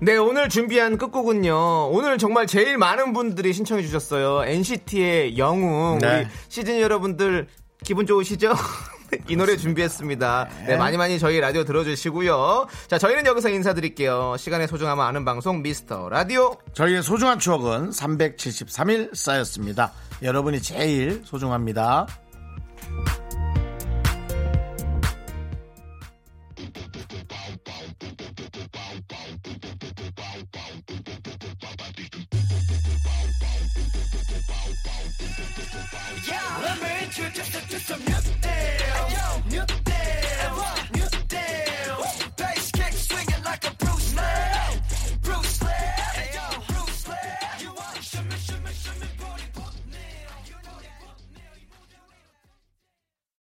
Speaker 2: 네, 오늘 준비한 끝곡은요. 오늘 정말 제일 많은 분들이 신청해 주셨어요. NCT의 영웅.
Speaker 1: 네.
Speaker 2: 우리 시즌 여러분들 기분 좋으시죠? 이 노래 준비했습니다. 네, 많이 많이 저희 라디오 들어주시고요. 자, 저희는 여기서 인사드릴게요. 시간의 소중함을 아는 방송 미스터 라디오.
Speaker 1: 저희의 소중한 추억은 373일 쌓였습니다. 여러분이 제일 소중합니다.
Speaker 3: Let me introduce you to some music.